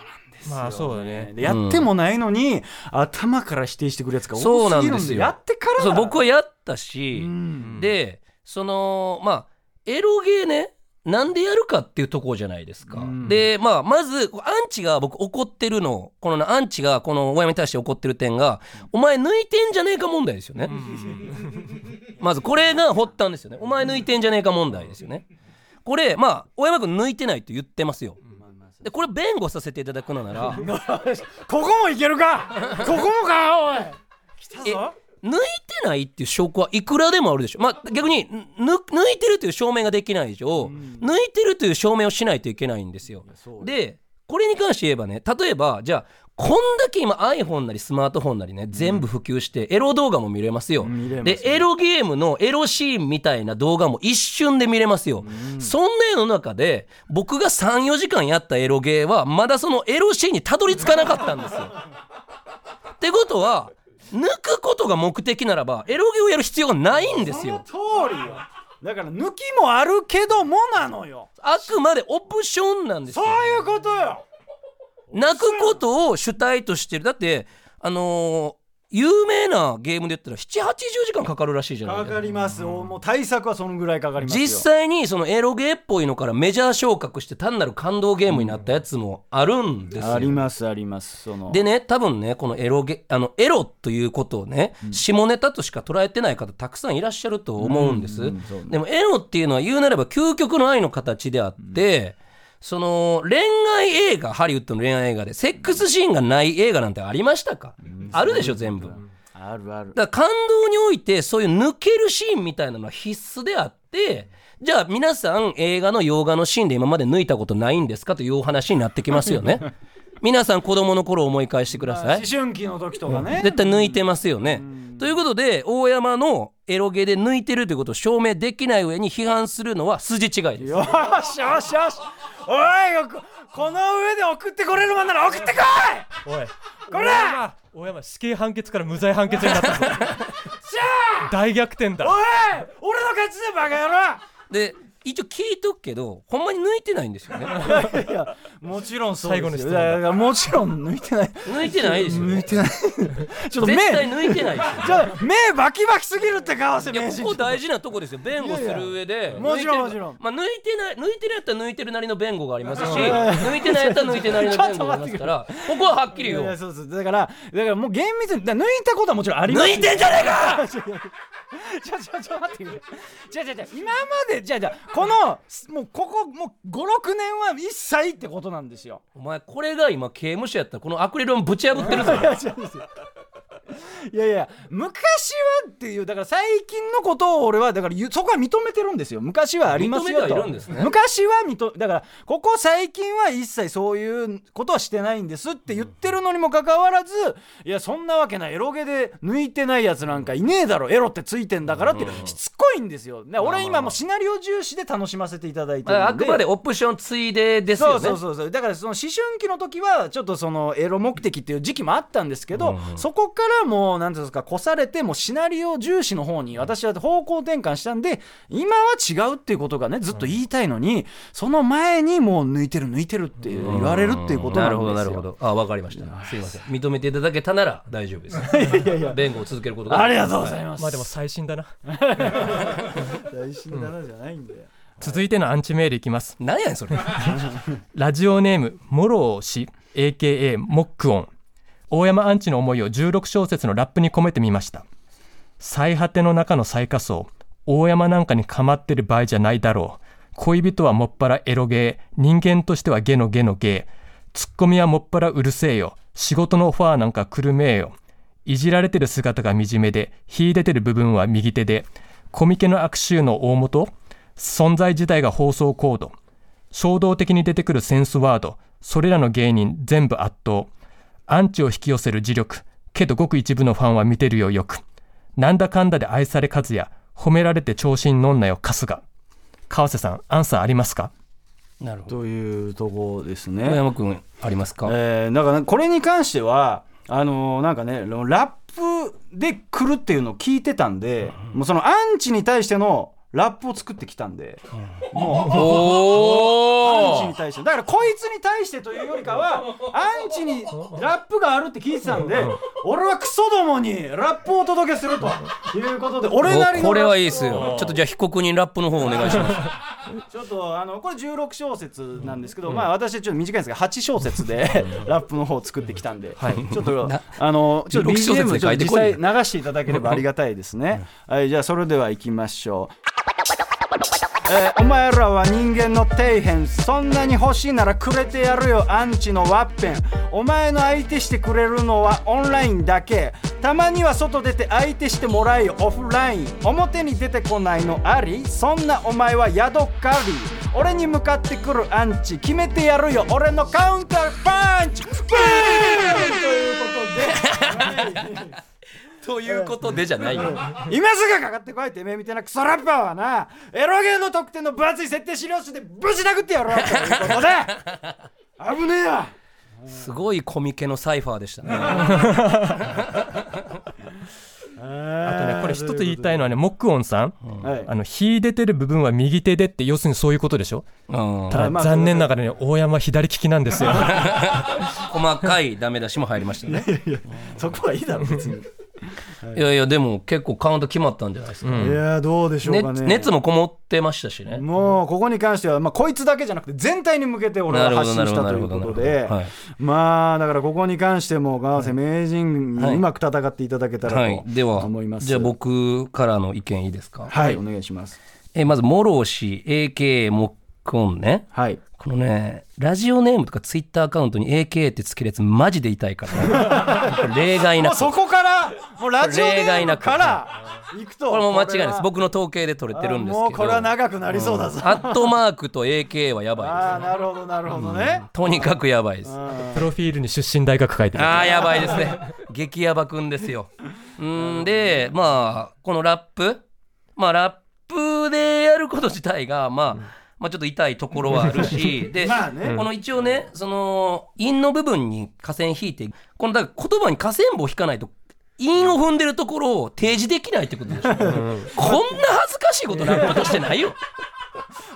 まあそうだね
やってもないのに、頭から否定してくるやつが多すぎるんで
そうなんですよ
やってから
そう僕
は
はやったし、
ん
でそのまあエロゲーねなんでやるかっていうところじゃないですか、
うん
でまあまずアンチが僕怒ってるのこのなアンチがこの親に対して怒ってる点がお前抜いてんじゃねえか問題ですよね、 <laughs> まずこれが発端ですよねお前抜いてんじゃねえか問題ですよねこれまあ大山君抜いてないと言ってますよでこれ弁護させていただくのなら
<laughs> ここもいけるかここもかおい来た
え
ぞ
抜いてないっていう証拠はいくらでもあるでしょ、まあ、逆にぬ抜いてるという証明ができない以上、抜いてるという証明をしないといけないんですよ。でこれに関して言えばね例えばじゃあこんだけ今 iPhone なりスマートフォンなりね全部普及してエロ動画も見れますよ。
見れますね
でエロゲームのエロシーンみたいな動画も一瞬で見れますよ。そんな世の中で僕が34時間やったエロゲーはまだそのエロシーンにたどり着かなかったんですよ。ってことは抜くことが目的ならばエロゲをやる必要がないんですよ
通りよだから抜きもあるけどもなのよ
あくまでオプションなんです
そ
よ
ういうことよ
泣くことを主体としてるだってあのー有名なゲームで言ったら780時間かかるらしいじゃない
か
です
かりますおもう対策はそのぐらいかかりますよ
実際にそのエロゲーっぽいのからメジャー昇格して単なる感動ゲームになったやつもあるんですよ、
ありますありますその
でね多分ねこのエロゲあのエロということをね、下ネタとしか捉えてない方たくさんいらっしゃると思うんです、
うんうんそうね
でもエロっていうのは言うなれば究極の愛の形であって、その恋愛映画ハリウッドの恋愛映画でセックスシーンがない映画なんてありましたか、あるでしょ全部、
あるある
だから感動においてそういう抜けるシーンみたいなのは必須であってじゃあ皆さん映画の洋画のシーンで今まで抜いたことないんですかというお話になってきますよね皆さん子供の頃を思い返してください
思春期の時とかね
絶対抜いてますよね。ということで大山のエロゲで抜いてるということを証明できない上に批判するのは筋違いです。
よしよしよしおいよここの上で送ってこれるもんなら送ってこい
おい
こら
大山死刑判決から無罪判決に
<laughs>
なった
し
ぞ
ゃあ
大逆転
お
だ
い俺の勝ちだバカ野郎
で一応聞いとくけどほんまに抜いてないん
<laughs>
ですよね
いやもちろんそうですよ
最後の質問
い
だ
やいやもちろん抜いて <laughs> ない
抜いてないですよね
抜いてないちょっと目
絶対抜いてないですよ
じゃあ目バキバキすぎるって顔して
いや
名
こ
人
こ大事なとこですよ弁護する上で
もちろん
抜い
も
てる
ちろん
まあ、抜いてない抜いてるやったら抜いてるなりの弁護がありますし
いやいや
抜いてないやったら抜いてないなりの弁護がありますからここははっき
い
り言
やい
お
うやそうそうだからだからもう厳密にだから抜いたことはもちろんあります
抜いてんじゃねえ
<laughs>
か
ちょちょちょ待ってくれじゃじゃじゃ今までじゃじゃこのすもうここもう56年は一切ってことなんですよ
お前これが今刑務所やったらこのアクリル板ぶち破ってるぞ
いや違うんですよいやいや昔はっていうだから最近のことを俺はだから言うそこは認めてるんですよ昔はありますよ
認めて
と
はいるんですね
昔は認だからここ最近は一切そういうことはしてないんですって言ってるのにもかかわらずいやそんなわけないエロゲで抜いてないやつなんかいねえだろエロってついてんだからってしつこいんですよだから俺今もうシナリオ重視で楽しませていただいてるんで
あくまでオプションついでですよね
そうそうそうそうだからその思春期の時はちょっとそのエロ目的っていう時期もあったんですけど、そこからもう何ていうんですか越されてもうシナリオ重視の方に私は方向転換したんで今は違うっていうことがねずっと言いたいのに、その前にもう抜いてる抜いてるっていう言われるっていうことなんで
な
すよ
るほどなるほどあ分かりましたすいません認めていただけたなら大丈夫です弁護を続けること
ありがとうございます、
まあでも最新だな
大事だなじゃないんで、
続いてのアンチメールいきます
何やねんそれ
ラジオネームモロー氏 AKA モックオン大山アンチの思いを16小節のラップに込めてみました最果ての中の最下層大山なんかに構ってる場合じゃないだろう恋人はもっぱらエロゲー人間としてはゲのゲのゲーツッコミはもっぱらうるせえよ仕事のオファーなんかくるめえよいじられてる姿が惨めで秀でてる部分は右手でコミケの悪臭の大元存在自体が放送コード衝動的に出てくるセンスワードそれらの芸人全部圧倒アンチを引き寄せる磁力けどごく一部のファンは見てるよよくなんだかんだで愛され数や褒められて調子に乗んなよ春日川瀬さんアンサーありますか
なるほど
というとこですね
小山君ありますか、
えー、なんかねこれに関してはあのーなんかねラップで来るっていうのを聞いてたんで、もうそのアンチに対してのラップを作ってきたんで、もうアンチ
お
に対してだからこいつに対してというよりかはアンチにラップがあるって聞いてたんで俺はクソどもにラップをお届けするということで俺なりのラップを
これはいいですよちょっとじゃあ被告人ラップの方お願いします
ちょっとあのこれ16小節なんですけど、まあ私はちょっと短いんですが8小節で <laughs> ラップの方を作ってきたんで、ちょっと
な
あのちょっと
16小
BGM
節
を
で
ちょ
書
っ
い
と
て
実
こい
際
よ
流していただければありがたいですね。はいじゃあそれでは行きましょう。えーお前らは人間の底辺そんなに欲しいならくれてやるよアンチのワッペンお前の相手してくれるのはオンラインだけたまには外出て相手してもらえよオフライン表に出てこないのありそんなお前はヤドカリ俺に向かってくるアンチ決めてやるよ俺のカウンターパンチバーンということで
ということでじゃないよ。
今すぐかかってこいてめえみたいなクソラッパーはなエロゲーの特典の分厚い設定資料室でぶち殴ってやろうということで危ねえよ
すごいコミケのサイファーでしたね。
あ
あ
とねこれ一つ言いたいのはねモックオンさん
はい
あの秀でてる部分は右手でって要するにそういうことでしょ
うん
た
ま
だ
あ
残念ながらね大山は左利きなんですよ
細かいダメ出しも入りましたね。
そこはいいだろ別に
いやいや、でも結構カウント決まったんじゃないですか。
いやどうでしょうか
熱
ね
熱もこもってましたしね。
もうここに関しては、まあ、こいつだけじゃなくて全体に向けて俺
な
は
るほど
発信したということ
な
で
るほどなるほどはい
まあだからここに関しても川瀬名人
は
に
いう
まく戦っていただけた
は
ら
い
と、
では
思います、
じゃあ僕からの意見いいですか、
はいお願いします
えまずモロー氏 AKA モックオンね
はい
このねラジオネームとかツイッターアカウントに AKA ってつけるやつマジで痛いから、
<laughs>
ね、例外な
もう
く
そこからもうラジオネームから行くと
これも間違いな
これ
いです
は
僕の統計で取れてるんですけど
あもうこれは長くなりそうだぞ、
アットマークと AK はやばい
ああなるほどなるほどね、
です。とにかくやばいです。
プロフィールに出身大学書いてる
ああやばいですね。激ヤバくんで
<laughs>
すよ。うんでまあこのラップまあラップでやること自体がまあ。まあちょっと痛いところはある
<laughs>
し、で、
まあね
この一応ね、その、陰の部分に下線引いて、このだから言葉に下線棒引かないと、陰を踏んでるところを提示できないってことでしょ。こんな恥ずかしいことラップとしてないよ。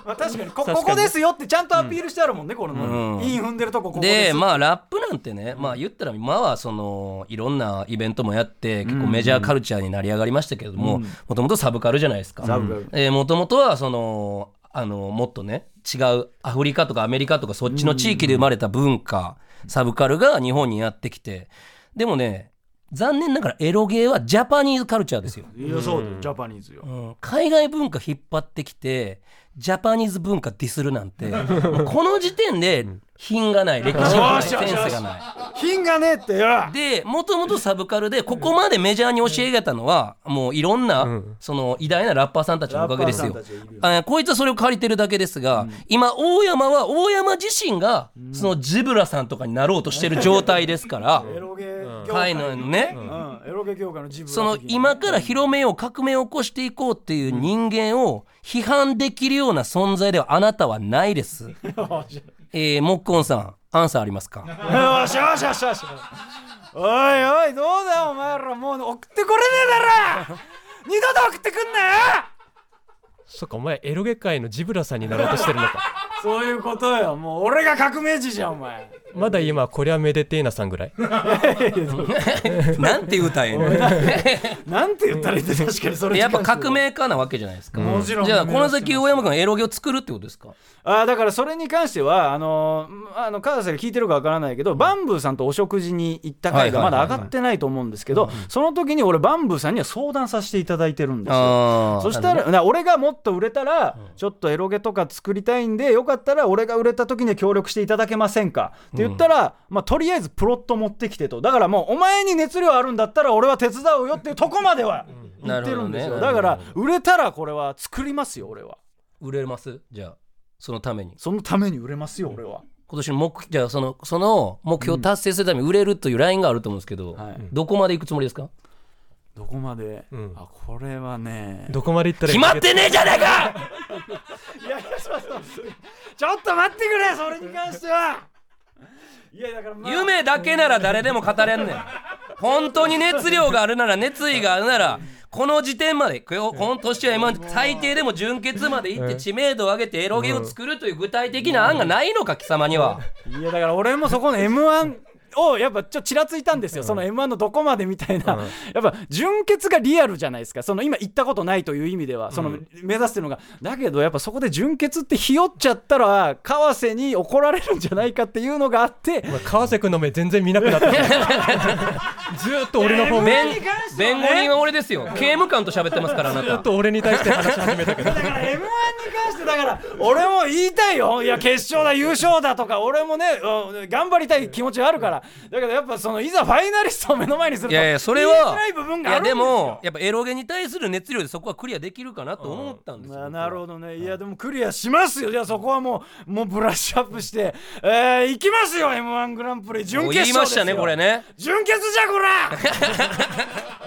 まあ確かにこ
確かに
ここですよってちゃんとアピールしてあるもんね、この、
うん
イン踏んでるとこここ
で
です
まあラップなんてね、まあ、言ったら今はそのいろんなイベントもやって結構メジャーカルチャーになり上がりましたけれどももともとサブカルじゃないですか
サブカル。
えーもともとはそのあのもっとね違うアフリカとかアメリカとかそっちの地域で生まれた文化サブカルが日本にやってきてでもね残念ながらエロゲーはジャパニーズカルチャーですよ。
いやそうだよジャパニーズよ
うん海外文化引っ張ってきてジャパニーズ文化ディスるなんてもうこの時点で品がない歴史がないセンスがない
品がねえってよ
でもともとサブカルでここまでメジャーに教え上げたのはもういろんな、その偉大なラッパーさんたちのおかげです
ラッ
よ
パーさんたちがいるよ
あこいつはそれを借りてるだけですが、今大山は大山自身がそのジブラさんとかになろうとしてる状態ですから、
エロゲー業界
海のね、
うんエロゲー業界の自分
その今から広めよう革命を起こしていこうっていう人間を批判できるような存在ではあなたはないです。 <laughs> えー、もっこんさんアンサーあります <laughs> か
よしよしよしよしおいおいどうだお前らもう送ってこれねえだろ二度と送ってくんなよ
そっかお前エロゲ界のジブラさんになろうとしてる
<laughs>
のか
そういうことよもう俺が革命児じゃんお前
まだ今これはめでてえなさんぐらい
なんて言うたん <laughs> やね
なんて言ったらいいって確かにそれ
やっぱ革命家なわけじゃないですか。
もちろん
じゃあこの先大山君はエロゲを作るってことですか
あーだからそれに関してはあのーあの川瀬が聞いてるかわからないけど、バンブーさんとお食事に行った回がま
はいはいはい
だ
はい
上がってないと思うんですけど、その時に俺バンブーさんには相談させていただいてるんですよ。
あー
そしたら、な俺がもっと売れたら、ちょっとエロゲとか作りたいんで、よかったら俺が売れた時に協力していただけませんかって言ったら、まあ、とりあえずプロット持ってきてと、だからもう、お前に熱量あるんだったら俺は手伝うよっていうとこまでは言ってるんですよ。
なるほ
だ
どね
から、売れたらこれは作りますよ、俺は。
売れますじゃあそのために
そのために売れますよ、俺は。
今年の目じゃあそのその目標を達成するために売れるというラインがあると思うんですけど、
はい
どこまで行くつもりですか
どこまで、
ん
あこれはね
どこまで行ったら
決まってねえじゃねえ
い
か
やいやそうそうちょっと待ってくれそれに関してはいやだから、まあ、
夢だけなら誰でも語れんねん本当に熱量があるなら熱意があるならこの時点までここの年は今最低でも準決まで行って知名度を上げてエロゲを作るという具体的な案がないのか貴様にはい
やだから俺もそこの m 1をやっぱちょっとちらついたんですよ、その m 1のどこまでみたいな、やっぱ純潔がリアルじゃないですかその今行ったことないという意味ではその目指してるのが、だけどやっぱそこで純潔ってひよっちゃったら川瀬に怒られるんじゃないかっていうのがあって、
お前川瀬君の目全然見なくなったずーっと俺の方
弁
ず
弁護人は俺ですよ刑務官と喋ってますからあな
<laughs>
ーったと俺に対して話し始めたけど
だから m 1に関してだから俺も言いたいよいや決勝だ優勝だとか俺もねうん頑張りたい気持ちはあるからだけどやっぱそのいざファイナリストを目の前にすると
いやいやそれ
言いづ
は
らい部分
い
がある
や
んです
で
よ
もやっぱエロゲに対する熱量でそこはクリアできるかなと思ったんですよ、
まあなるほどねいやでもクリアしますよじゃあそこはもうもうブラッシュアップしてえー、行きますよ m 1グランプリ準
もう
決勝で
言い
すよ
ましたねこれね
準決じゃこ
<laughs>
ら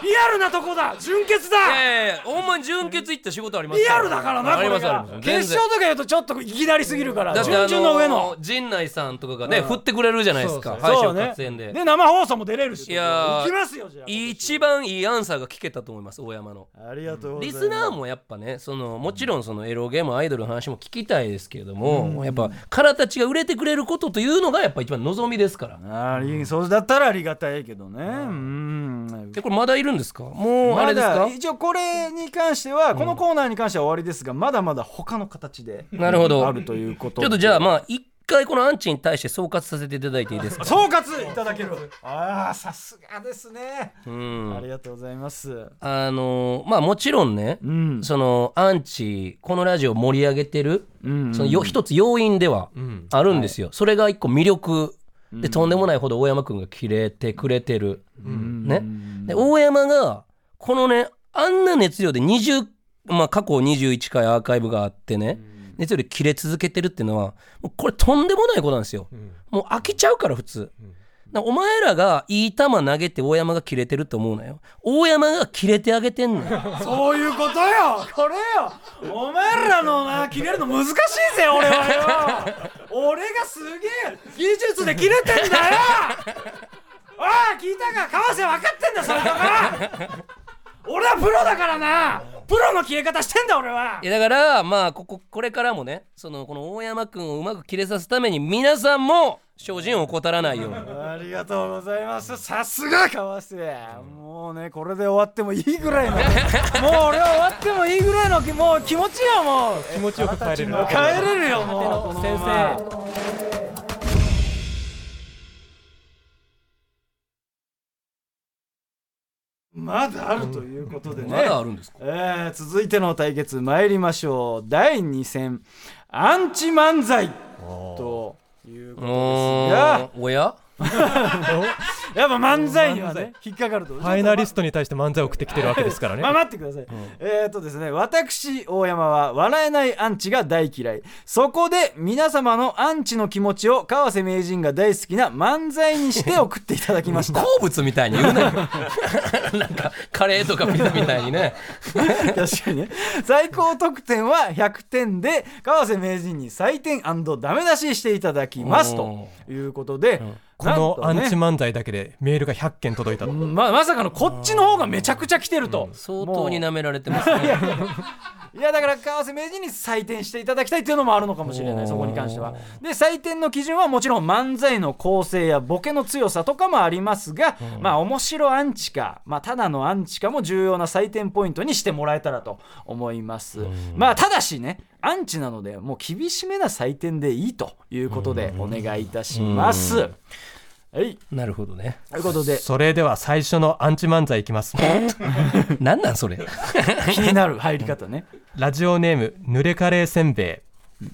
リアルなとこだ準決だ
ええほんまに純潔行った仕事あります
リ
か
ア
ら
ルだからなこ
あり
れ
ますあ
が
ります全
決
然
勝とか言うとちょっといきなりすぎるから
だってあ
準々の上の
の陣内さんとかがね振ってくれるじゃないですか敗
そ
者
う
復
ね
活戦で
で生放送も出れるし
いやー
行きますよじゃあ
一番いいアンサーが聞けたと思います大山の
ありがとうござい
リ
ます
スナーもやっぱねそのもちろんそのエロゲームアイドルの話も聞きたいですけれどもやっぱからたちが売れてくれることというのがやっぱ一番望みですから
あーいいそうだったらありがたいけどねうん
でこれまだいるんですかもうあ
ま
れです
だ
か
一応これに関してはこのコーナーに関しては終わりですがまだまだ他の形で
なるほど
あるということ
ちょっとじゃあまあ一回このアンチに対して総括させていただいていいです
<laughs>
か
総括いただけるああさすがですね
うん
ありがとうございます
あのまあもちろんね
うん
そのアンチこのラジオを盛り上げてる
うん
そのよ一つ要因では
ん
あるんですよ、それが一個魅力でとんでもないほど大山君がキレてくれてる、ねで大山がこのねあんな熱量で20、まあ、過去21回アーカイブがあってね熱量でキレ続けてるっていうのはもうこれとんでもないことなんですよ、もう飽きちゃうから普通。だからお前らがいい球投げて大山がキレてると思うなよ大山がキレてあげてんのよ
そういうことよこれよお前らのな切れるの難しいぜ俺は <laughs> よ俺がすげえ技術で切れてんだよおい聞いたか川瀬分かってんだそれとか俺はプロだからな
プロの消え方してんだ俺はい
やだからまあこここれからもねそのこの大山君をうまく切れさすために皆さんも精進を怠らないように
ありがとうございます。さすが川瀬。もうね、これで終わってもいいぐ
<laughs>
らいの。もう俺は終わってもいいぐらいの、もう気持ちやもう。
気持ちよく帰れる
帰れるよ、もう。
先生
まだあるということでね。
まだあるんですか
えー続いての対決参りましょう第2戦アンチ漫才ということです
うー
が
んおや
やっぱ漫才にはね引っかかると
ファイナリストに対して漫才を送ってきてるわけですからね
まあ待ってください、えー、とですね私大山は笑えないアンチが大嫌いそこで皆様のアンチの気持ちを川瀬名人が大好きな漫才にして送っていただきました
<laughs>
好物みたいに言うなよ <laughs> なんかカレーとかピザみたいにね
確かにね最高得点は100点で川瀬名人に採点ダメ出ししていただきますということで、
こ
なんと
のアン
ね
チ漫才だけでメールが100件届いたの
ままさかのこっちの方がめちゃくちゃ来てると、
相当に
も
舐められてますね
ういやだから川瀬名人に採点していただきたいっていうのもあるのかもしれないそこに関してはで採点の基準はもちろん漫才の構成やボケの強さとかもありますが、まあ面白アンチか、まあ、ただのアンチかも重要な採点ポイントにしてもらえたらと思います、まあただしねアンチなのでもう厳しめな採点でいいということでお願いいたします、はい
なるほどね
ということ
<laughs>
で
それでは最初のアンチ漫才いきます
なんなんそれ
気になる入り方ね
ラジオネーム濡れカレーせんべい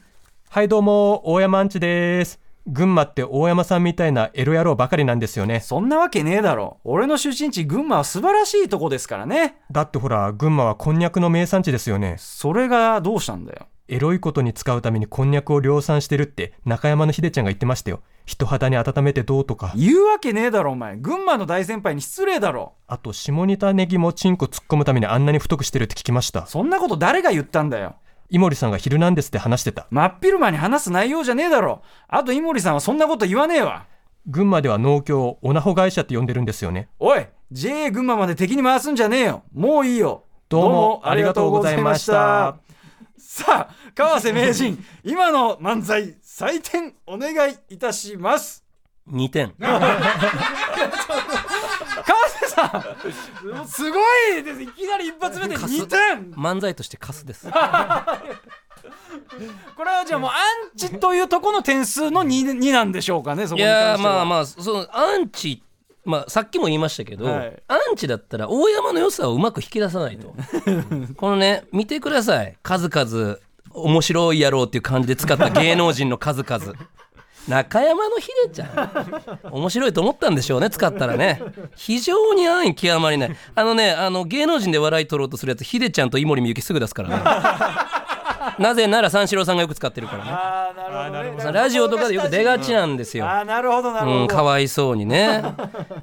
はいどうも大山アンチです群馬って大山さんみたいなエロ野郎ばかりなんですよね
そんなわけねえだろ俺の出身地群馬は素晴らしいとこですからね
だってほら群馬はこんにゃくの名産地ですよね
それがどうしたんだよ
エロいことに使うためにこんにゃくを量産してるって中山の秀ちゃんが言ってましたよ人肌に温めてどうとか
言うわけねえだろお前群馬の大先輩に失礼だろ
あと下仁田ネギもチンコ突っ込むためにあんなに太くしてるって聞きました
そんなこと誰が言ったんだよ
井森さんが「ヒルナンデス」で話してた
真っ昼間に話す内容じゃねえだろあと井森さんはそんなこと言わねえわ
群馬では農協をオナホ会社って呼んでるんですよね
おい JA 群馬まで敵に回すんじゃねえよもういいよ
どうもありがとうございました
さあ川瀬名人 <laughs> 今の漫才採点お願いいたします
2点
川瀬さん
<laughs>
もうすごいですいきなり一発目で2点
漫才としてカスです
これはじゃあもうアンチというとこの点数の 2, 2なんでしょうかねそこ
い
に関
やー
しては
まあまあそのアンチまあ、さっきも言いましたけど、
はい
アンチだったら大山の良さをうまく引き出さないと <laughs> このね見てください数々面白いやろうっていう感じで使った芸能人の数々中山の秀ちゃん面白いと思ったんでしょうね使ったらね非常に安易極まりないあのねあの芸能人で笑い取ろうとするやつ秀ちゃんと井森美幸すぐ出すから
<laughs>
ねなぜなら三四郎さんがよく使ってるからね
あーなるほどね
ラジオとかでよく出がちなんですよ
あーなるほどなるほど、
うん、かわいそうに
<laughs>
ね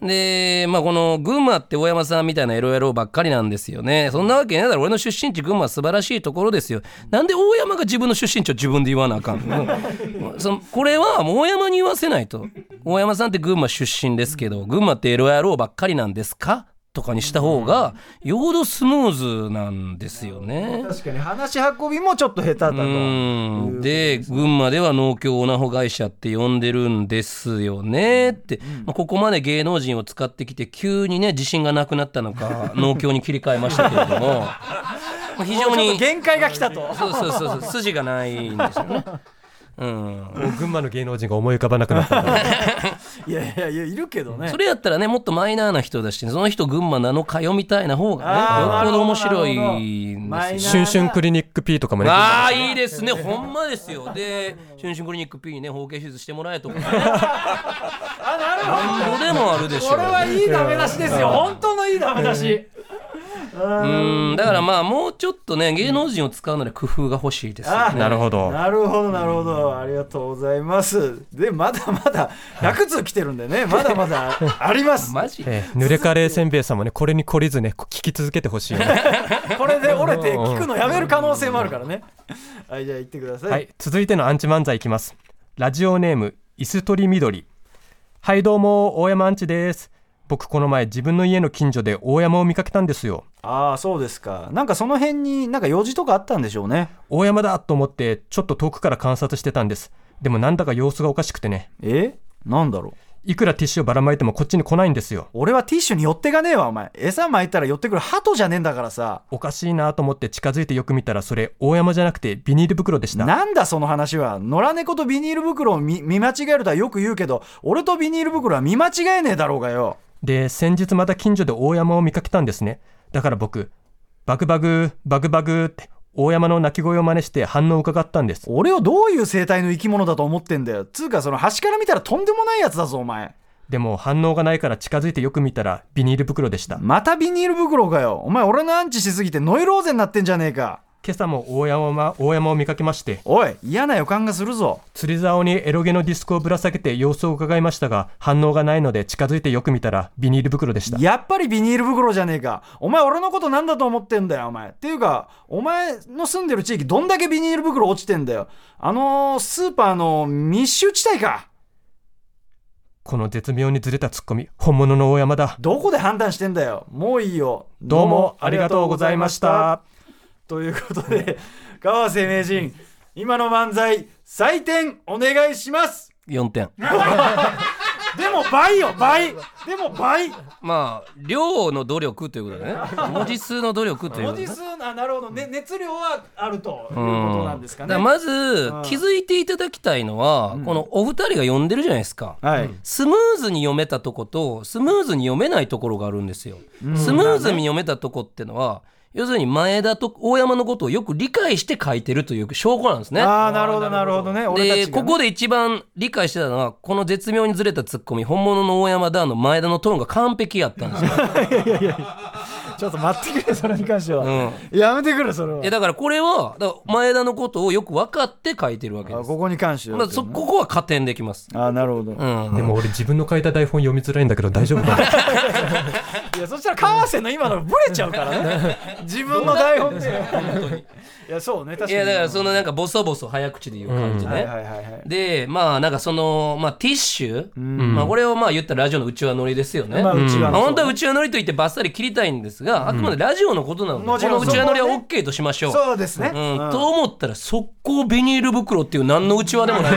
でまあこの群馬って大山さんみたいなエロ野郎ばっかりなんですよねそんなわけねえだろ俺の出身地群馬は素晴らしいところですよなんで大山が自分の出身地を自分で言わなあかんの
<laughs>
うんそのこれはもう大山に言わせないと大山さんって群馬出身ですけど群馬ってエロ野郎ばっかりなんですかとかにした方がよほどスムーズなんですよね。
確かに話し運びもちょっと下手だと
うんで群馬では農協オナホ会社って呼んでるんですよねって、まあ、ここまで芸能人を使ってきて急にね自信がなくなったのか <laughs> 農協に切り替えましたけれども
<laughs>
まあ非常
ちょっと
に
限界が来たと
そうそうそうそう筋がないんですよね。うん、
もう群馬の芸能人が思い浮かばなくなったんだ <laughs>
いやいやいやいるけどね
それやったらねもっとマイナーな人だしその人群馬なのかよみたいな方
あー
がねよっぽど面白い
なるほど
んですよ
マイナー
シュンシュンクリニック P とかもね
ああいいですねほんまですよで「春春クリニック P」にね包茎手術してもらえとか、ね、なんぼでもあるでしょ
これは
う
いいダメ出しですよ本当のいいダメ出し
うんだからまあもうちょっとね芸能人を使うので工夫が欲しいですよ
あ
ね
なるほど
なるほどなるほどありがとうございますでまだまだ100通来てるんでねまだまだあります
<laughs> マジ
ええ濡れカレーせんべいさんもねこれに懲りずねこう聞き続けてほしいよね
これで折れて聞くのやめる可能性もあるからねはいじゃあ行ってください、
はい続いてのアンチ漫才いきますラジオネーム椅子取り緑はいどうも大山アンチです僕この前自分の家の近所で大山を見かけたんですよ
ああそうですかなんかその辺になんか用事とかあったんでしょうね
大山だと思ってちょっと遠くから観察してたんですでもなんだか様子がおかしくてね
えなんだろう
いくらティッシュをばらまいてもこっちに来ないんですよ
俺はティッシュに寄ってかねえわお前餌撒いたら寄ってくる鳩じゃねえんだからさ
おかしいなと思って近づいてよく見たらそれ大山じゃなくてビニール袋でした
なんだその話は野良猫とビニール袋を見見間違えるとはよく言うけど俺とビニール袋は見間違えねえだろうがよ
で先日また近所で大山を見かけたんですねだから僕バグバグバグバグって大山の鳴き声を真似して反応を伺ったんです
俺をどういう生態の生き物だと思ってんだよつうかその端から見たらとんでもないやつだぞお前
でも反応がないから近づいてよく見たらビニール袋でした今
またビニール袋かよお前俺のアンチしすぎてノイローゼになってんじゃねえか
朝も大山大山を見かけまして
おい嫌な予感がするぞ
釣り竿にエロゲのディスクをぶら下げて様子を伺いましたが反応がないので近づいてよく見たらビニール袋でした
やっぱりビニール袋じゃねえかお前俺のことなんだと思ってんだよお前っていうかお前の住んでる地域どんだけビニール袋落ちてんだよあのー、スーパーの密集地帯か
この絶妙にずれたツッコミ本物の大山だ
どこで判断してんだよもういいよ
どうもありがとうございました
ということで川瀬名人今の漫才採点お願いします
4点
でも倍よ倍でも倍
まあ量の努力というこ
<laughs>
とでね文字数の努力という
文
ことで
字
ね
数あなるほど、ね、熱量はあるというこ
う
となんですかね
だらまず
ん
気づいていただきたいのは、このお二人が読んでるじゃないですか、
はい、
スムーズに読めたとことスムーズに読めないところがあるんですよ。スムーズに読めたとこってのは要するに前田と大山のことをよく理解して書いてるという証拠なんですね。
ああなるほどなるほどね俺たちがね
でここで一番理解してたのはこの絶妙にずれたツッコミ本物の大山だの前田のトーンが完璧やったん
<laughs>
ですよ。
ちょっと待ってくれそれに関しては、
うん
やめてくれそれはい
やだからこれはだから前田のことをよく分かって書いてるわけ
あ
です。
ここに関しては、
まあ、そここは加点できます。
あなるほど、
うん
でも俺自分の書いた台本読みづらいんだけど大丈夫かな
いやそしたら川瀬の今のブレちゃうから <laughs> ね自分の台本でいやそうね確かに
いやだからそのなんかボソボソ早口で言う感じね。
はいはいはいはい
でまあなんかその、まあ、ティッシュ、まあ、これをまあ言ったらラジオのうちわ乗りですよね。
まあうち
ま
は
あ本当はうちわ乗りと言ってばっさり切りたいんですが、あくまでラジオのことなので、
も
こ
ちろ
の
ん
うちわ乗りは
そこはね
OK としましょう。
そうですね、
うんと思ったら速攻ビニール袋っていう何のうちわでも <laughs> ない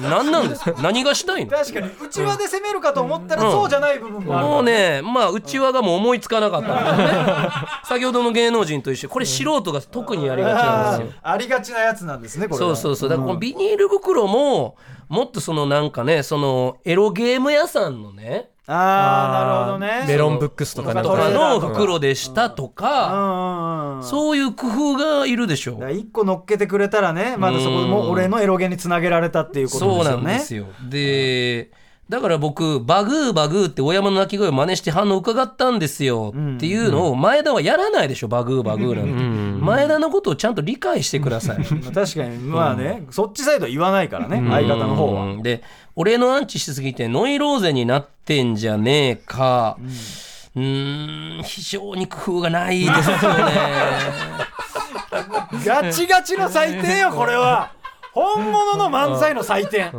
何なんですか何がしたいの
確かにうちわで攻めるかと思ったら、そうじゃない部分もある、
もうねまあうちわがもう思いつかなかったんです <laughs> ね先ほどの芸能人と一緒これ素人が特にやりがちな
あ
んです
ー
よ
ありがちなやつなんですねこれ
そうそうそうだからこのビニール袋ももっとそのなんかねそのエロゲーム屋さんのね
うああなるほどね
メロンブックスとかね
とか
そ
の
うそう
袋でしたと
うん
か
うんうん
そういう工夫がいるでしょ
だか
う
ら一個乗っけてくれたらねまだそこも俺のエロゲにつなげられたっていうこと
そ
です
うな
よ
ん
ね
ですよでだから僕バグーバグーってお山の鳴き声を真似して反応伺ったんですよっていうのを前田はやらないでしょバグーバグーなんて前田のことをちゃんと理解してくだ <laughs> さい
まあ確かにまあね、そっちサイドは言わないからね、相方の方は
うんで俺のアンチしすぎてノイローゼになってんじゃねえかうーん非常に工夫がないですよね
ガチガチの採点よこれは本物の漫才の採点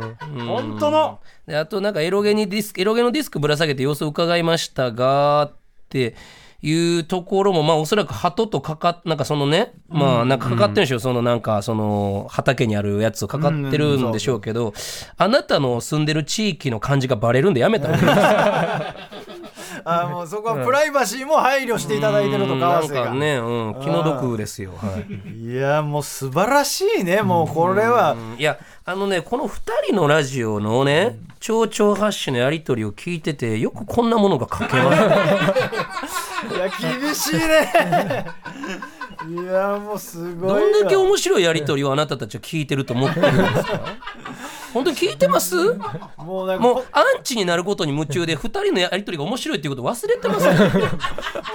本当の
であとなんかエロゲにディスクエロゲのディスクぶら下げて様子を伺いましたがっていうところもまあおそらく鳩とかかっなんかそのねまあなんかかかってるんでしょうそのなんかその畑にあるやつをかかってるんでしょうけどあなたの住んでる地域の感じがバレるんでやめた方がいい
あもうそこはプライバシーも配慮していただいてると
な
川
ん
瀬が、
かね、うん、気の毒ですよ。 <laughs> はい
いやもう素晴らしいねもうこれは、
いやあのねこの2人のラジオのね蝶々発信のやり取りを聞いててよくこんなものが書けます
いや厳しい
<laughs>
ねいやもうすごい
ど
わ
んだけ面白いやり取りをあなたたちは聞いてると思ってるんですか
<laughs>
本当に聞いてます
もうなんか
もうアンチになることに夢中で2人のやり取りが面白いっていうこと忘れてますね
も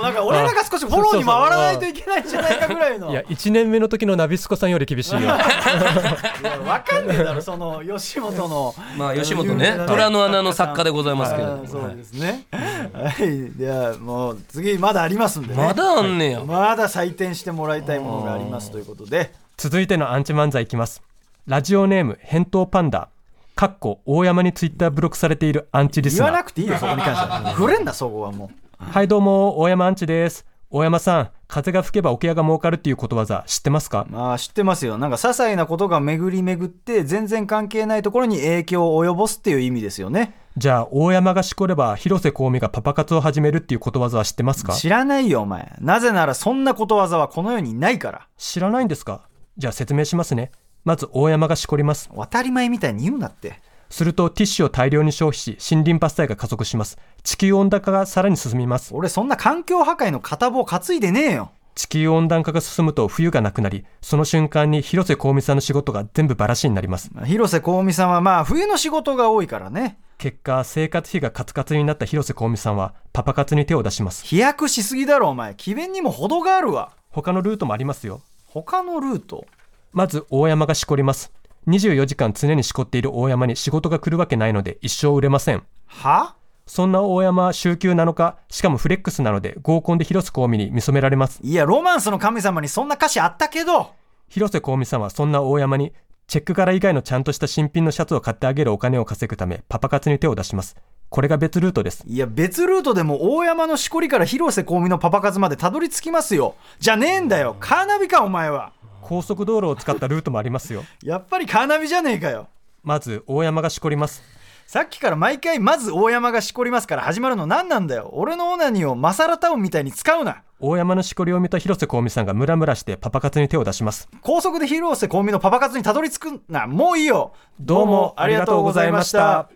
うなんか俺らが少しフォローに回らないといけないんじゃないかぐらいの
いや1年目の時のナビスコさんより厳しいよ
分かんねえだろその吉本の
まあ吉本ね虎の穴の作家でございますけれど
あー
も、
そ
は
う
い
ですねはいじゃあもう次まだありますんでね
まだあんねや、
まだ採点してもらいたいものがありますということで
続いてのアンチ漫才いきますラジオネーム返答パンダかっこ大山にツイッターブロックされているアンチリス
言わ
ナ
な
ー
くていいよそこに関しては触れんなそこはもう
はいどうも大山アンチです大山さん、風が吹けば桶屋が儲かるっていうことわざ知ってますか
まあ知ってますよなんか些細なことが巡り巡って全然関係ないところに影響を及ぼすっていう意味ですよね
じゃあ、大山がしこれば、広瀬香美がパパ活を始めるっていうことわざは知ってますか
知らないよお前なぜならそんなことわざはこの世にないから
知らないんですかじゃあ説明しますね。まず、大山がしこります。
当たり前みたいに言うなって
すると、ティッシュを大量に消費し、森林伐採が加速します。地球温暖化がさらに進みます。
俺そんな環境破壊の片棒担いでねえよ
地球温暖化が進むと冬がなくなり、その瞬間に広瀬香美さんの仕事が全部バラシになります。
まあ広瀬香美さんはまあ冬の仕事が多いからね
結果、生活費がカツカツになった広瀬香美さんは、パパ活に手を出します。
飛躍しすぎだろお前詭弁にも程があるわ
他のルートもありますよ。
他のルート
まず大山がしこります。24時間常にしこっている大山に仕事が来るわけないので一生売れません。
は
そんな大山は週休7日、しかもフレックスなので合コンで広瀬香美に見初められます。
いやロマンスの神様にそんな歌詞あったけど
広瀬香美さんはそんな大山に、チェック柄以外のちゃんとした新品のシャツを買ってあげるお金を稼ぐため、パパ活に手を出します。これが別ルートです。
いや別ルートでも大山のしこりから広瀬香美のパパ活までたどり着きますよじゃねえんだよカーナビかお前は
高速道路を使ったルートもありますよ。
やっぱりカーナビじゃねえかよ
まず、大山がしこります。
さっきから毎回まず大山がしこりますから始まるの何なんだよ俺のオナニーをマサラタウンみたいに使うな
大山のしこりを見た広瀬香美さんがムラムラしてパパ活に手を出します。
高速で広瀬香美のパパ活にたどり着くなもういいよ
どうもありがとうございました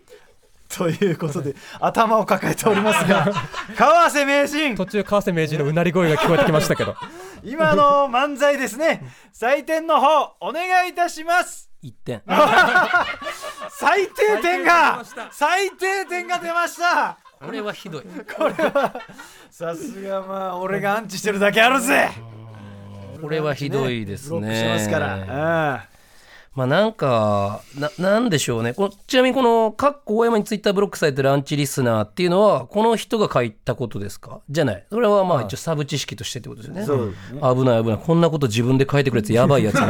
ということで頭を抱えておりますが川瀬名人
途中、川瀬名人のうなり声が聞こえてきましたけど。 <laughs>
今の漫才ですね採点の方お願いいたします
1点
最低点が最低点が出ました
これはひどい
さすがまあ俺がアンチしてるだけあるぜ
これはひどいです
ブロック
ね
してますから、
まあなんかななんでしょうねこのちなみにこの「かっこ大山にツイッターブロックされてるアンチリスナー」っていうのはこの人が書いたことですかじゃないそれはまあ一応サブ知識としてってことですよね
そう
危ない危ないこんなこと自分で書いてくれてやばいやつだ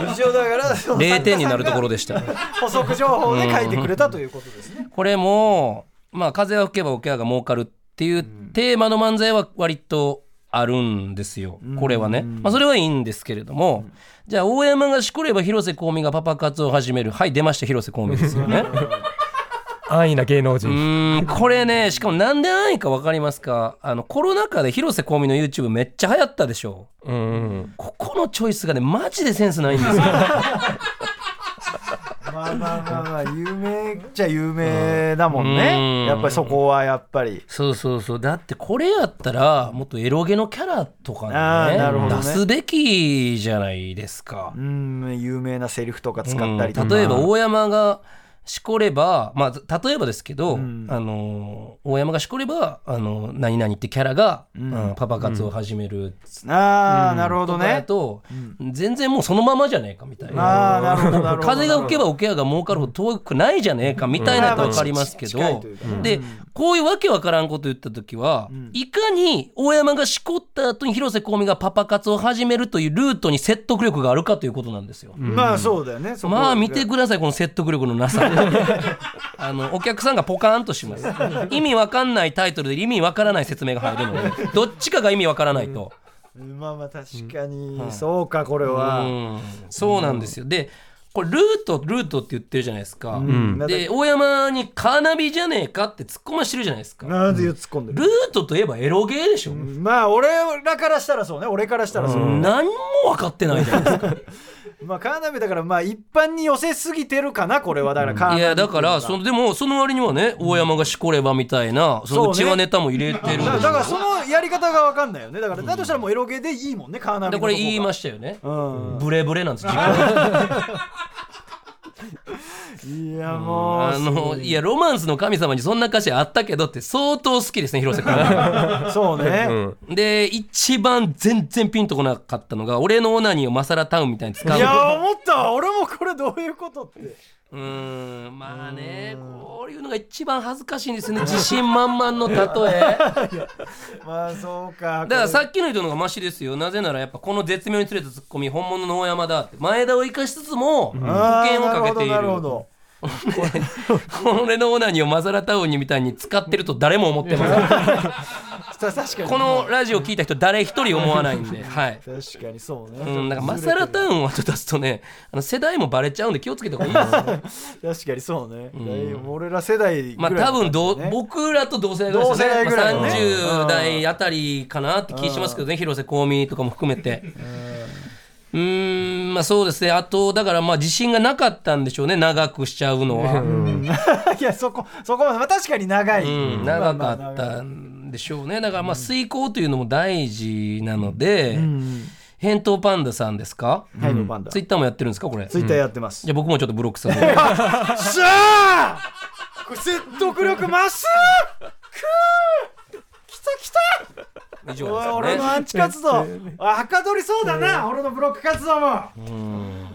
うん、一応だからその
<laughs> 0点になるところでした
補足情報で書いてくれたということですね
これもまあ風は吹けば桶屋が儲かるっていうテーマの漫才は割とあるんですよこれはね、まあ、それはいいんですけれどもじゃあ大山がしこれば広瀬香美がパパ活を始めるはい出ました広瀬香美ですよ <laughs> ね
安易な芸能人。
うーん <laughs> これねしかもなんで安易か分かりますかあのコロナ禍で広瀬香美の YouTube めっちゃ流行ったでしょ
うんうん、
ここのチョイスがねマジでセンスない
<laughs>
んですよ
まあまあまあまあ有名っちゃ有名だもんね、
うん
やっぱりそこはやっぱり
そうそうそうだってこれやったらもっとエロゲのキャラとか
あ
ね
ーなるほどね
出すべきじゃないですか
う、ん有名なセリフとか使ったりと
う
か、
ん例えば大山がしこればまあ例えばですけど、
ん
あの大山がしこればあの何々ってキャラが、
ん
うんパパ活を始める
ああ、なるほど
とかだ
ね
と、全然もうそのままじゃねえかみたい
ああな
な。
るほどなるほど
風が吹けば桶屋が儲かるほど遠くないじゃねえかみたいなと
うん
分かりますけど
まあまあ近いというかね
でこういうわけわからんこと言った時はいかに大山がしこった後に広瀬香美がパパ活を始めるというルートに説得力があるかということなんですよ。
まあそうだよねそこは
まあ見てくださいこの説得力のな
<laughs>
さあのお客さんがポカーンとします意味わかんないタイトルで意味わからない説明が入るの
<laughs>
でどっちかが意味わからないと。
まあまあ確かに、そうかこれは、
うんそうなんですよ。でこれルートルートって言ってるじゃないですか。
うん
で大山にカーナビじゃねえかって突っ込ましてるじゃないですか。
なんで突っ込んで
ル
る、
ートといえばエロゲーでしょ。
まあ俺らからしたらそうね俺からしたらそう、
何も分かってないじゃないですか。
まあカーナビだからまあ一般に寄せすぎてるかなこれはだからカーナビ
いやだからそのでもその割にはね大山がしこればみたいなそのうち
そう
わ
ね
ネタも入れてるんで
だから
す
だ
よ
からそのやり方が分かんないよねだからだとしたらもうエロゲーでいいもんねカーナビ
で
の
これ言いま
し
したよね。
うん、
ブレブレなんです実家
いやもう
あのいやロマンスの神様にそんな歌詞あったけどって相当好きですね広瀬君。
<laughs> そうね、
で一番全然ピンとこなかったのが俺のオナニーをマサラタウンみたいに使う
いや思ったわ俺もこれどういうことって
うーんまあねこういうのが一番恥ずかしいんですよね自信満
<laughs>
々の例えだか
まあそうかだ
らさっきの人の方がマシですよなぜならやっぱこの絶妙につれたツッコミ本物の大山だって前田を生かしつつも保険をかけている
なるほど
<laughs> 俺のオナニーをマサラタウンにみたいに使ってると誰も思ってません
確 <laughs> かに
このラジオ聞いた人誰一人思わないんで、はい。
確かにそうね、
うん、なんかマサラタウンはちょっと出すとね、あの世代もバレちゃうんで気をつけた方がいいですよ。
確かにそうね、だいぶ俺ら世代ぐ
ま
ら
あ
い
多分
ど
ど
う
う僕らと同世代ぐらいですよ
同世
ね。
代ぐらい
まあ
ね
30代あたりかなって気しますけどね、広瀬香美とかも含めて。うーん、まあそうですね。あと、だからまあ自信がなかったんでしょうね、長くしちゃうのは。
<laughs> いやそこそこはまあ確かに長い、
うん、
まあ
長
ま
か
あ
ったんでしょうねだからまあ遂行というのも大事なので、返答パンダさんですか、
長いのパンダ、
ツイッターもやってるんですかこれ
ツイッターやってます、
じゃあ僕もちょっとブロック
<laughs>
させて
さあ <laughs> これ説得力増すおい俺のア
以上ですかね
ンチ活
<laughs>
動はかどりそうだな、俺のブロック活動も、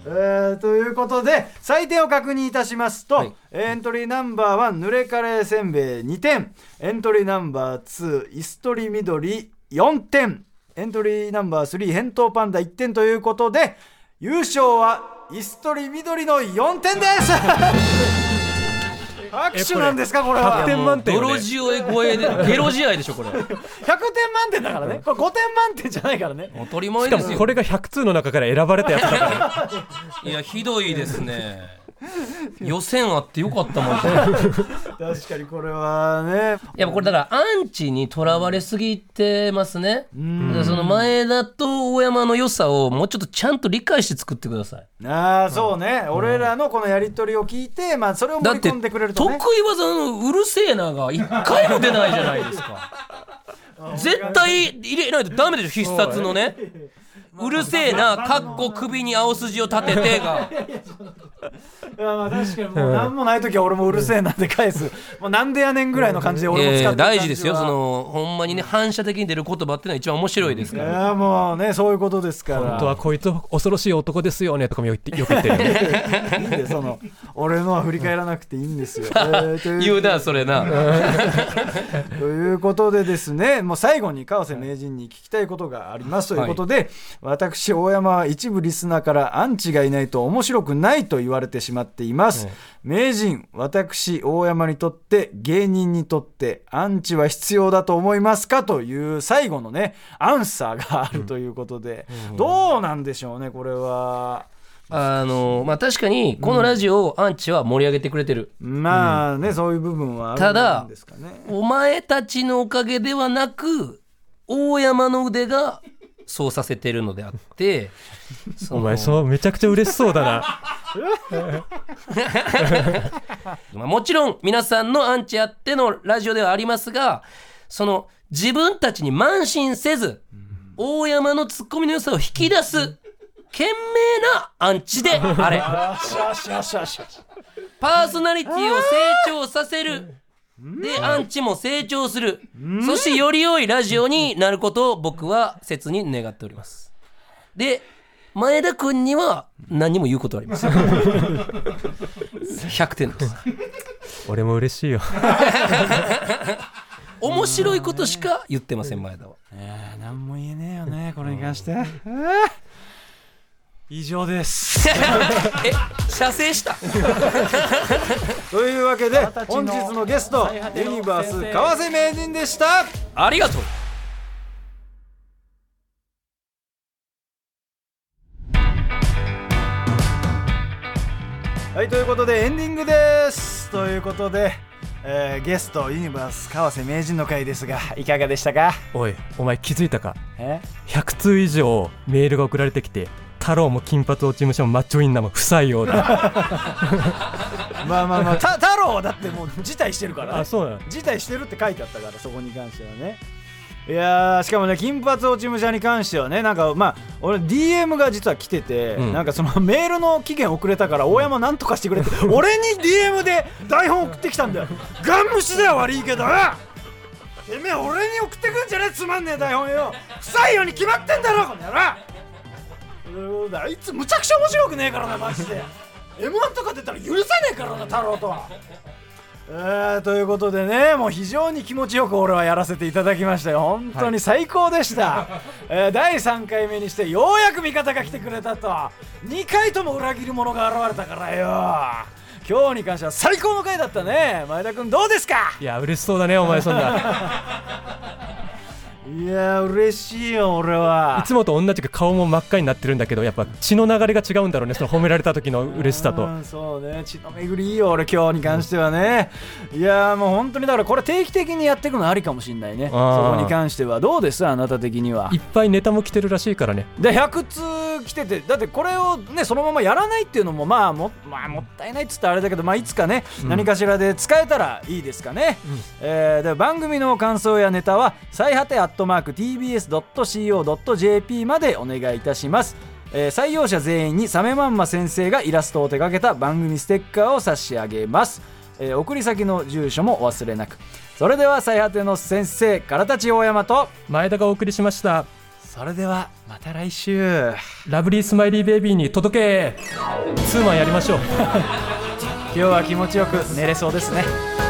えーということで採点を確認いたしますと、
はい
エントリーナンバー1濡れカレーせんべい2点エントリーナンバー2椅子取り緑4点エントリーナンバー3返答パンダ1点ということで優勝は椅子取り緑の4点です
<laughs>
拍手なんですかこれは
100点満点よね
泥塩超えでゲロ試合でしょこれ
100点満点だからねこれ5点満点じゃないからね
当たり前
しか
で
も
すよ
これが100通の中から選ばれたやつだから
<laughs> いやひどいですね予選あってよか <laughs> ったもんね
確かにこれはね
いやこれだからアンチにとらわれすぎてますねその前田と大山の良さをもうちょっとちゃんと理解して作ってください
ああそうね、俺らのこのやり取りを聞いて、まあ、それを
だ
盛り
って
込んでくれると
得
ね
意技のうるせえなが一回も出ないじゃないです <laughs> か絶対入れないとダメでしょ必殺 <laughs> のねうるせえなかっこ首に青筋を立ててが
いやまあ確かにもう何もない時は俺もうるせえなんで返す、もうなんでやねんぐらいの感じで俺も使ってる感じは、
大事ですよそのほんまにね反射的に出る言葉ってのは一番面白いです
い
から
やもうねそういうことですから
本当はこいつ恐ろしい男ですよねとかもよく言ってよく言ってるよね
いいんでその俺のは振り返らなくていいん
<laughs>
ですよ、えーと
言
いう
うなそれな
ということでですねもう最後に川瀬名人に聞きたいことがありますということで、私大山は一部リスナーからアンチがいないと面白くないと言われてしまっています、名人私大山にとって芸人にとってアンチは必要だと思いますかという最後のねアンサーがあるということで、どうなんでしょうねこれは。
あのまあ確かにこのラジオをアンチは盛り上げてくれてる
まあね、そういう部分はあ
た
る
だ
んですかね。
お前たちのおかげではなく大山の腕がそうさせてるのであってそ
<laughs>
の
お前そうめちゃくちゃ嬉しそうだな
まあ、もちろん皆さんのアンチあってのラジオではありますがその自分たちに慢心せず大山のツッコミの良さを引き出す懸命なアンチであれパーソナリティを成長させるでアンチも成長するそしてより良いラジオになることを僕は切に願っておりますで前田君には何も言うことはありま
<laughs>
せん100点です
俺も嬉しいよ
面白いことしか言ってません前田は
何も言えねえよねこれに関
<laughs>
して。あー以上です。
え射精した
というわけで本日のゲストユニバース川瀬名人でした
ありがとう
はいということでエンディングですということで、えーゲストユニバース川瀬名人の会ですがいかがでしたか
<laughs> おいお前気づいたか
え
100通以上メールが送られてきて太郎も金髪落ち武者もマッチョインナーも不採用だ
まあまあまあた太郎はだってもう辞退してるから、ね
<laughs> あ、そうなの
辞退してるって書いてあったからそこに関してはねいやーしかもね金髪落ち武者に関してはねなんかまあ俺 DM が実は来てて、
うん
なんかそのメールの期限遅れたから大山なんとかしてく
<laughs>
れって、俺に DM で台本送ってきたんだよガン無視だよ悪いけどよてめえ俺に送ってくんじゃねえつまんねえ台本よ臭いように決まってんだろこの野郎うんあいつむちゃくちゃ面白くねえからなマジで m 1とか出たら許せねえからな太郎とはえーということでねもう非常に気持ちよく俺はやらせていただきましたよ本当に最高でした、えー第3回目にしてようやく味方が来てくれたと2回とも裏切り者が現れたからよ今日に関しては最高の回だったね前田君どうですか
<laughs> いや嬉しそうだねお前そんな
いやー嬉しいよ俺はい
つもと同じく顔も真っ赤になってるんだけどやっぱ血の流れが違うんだろうねその褒められた時の嬉しさと
うんそうね血の巡りいいよ俺今日に関してはね、いやーもう本当にだからこれ定期的にやっていくのありかもしんないねそ
あー
こに関してはどうですあなた的にはい
っぱいネタも来てるらしいからね
で100通来ててだってこれをねそのままやらないっていうのもまあも,、まあ、もったいないっつったらあれだけど、まあ、いつかね、何かしらで使えたらいいですかね、えーで番組の感想やネタは最果てアットマーク TBS.CO.jp までお願いいたしますえー採用者全員にサメマンマ先生がイラストを手掛けた番組ステッカーを差し上げます、えー送り先の住所もお忘れなくそれでは最果ての先生からたち大山と
前田がお送りしました
それではまた来週
ラブリースマイリーベイビーに届けツーマンやりましょう
今日は気持ちよく寝れそうですね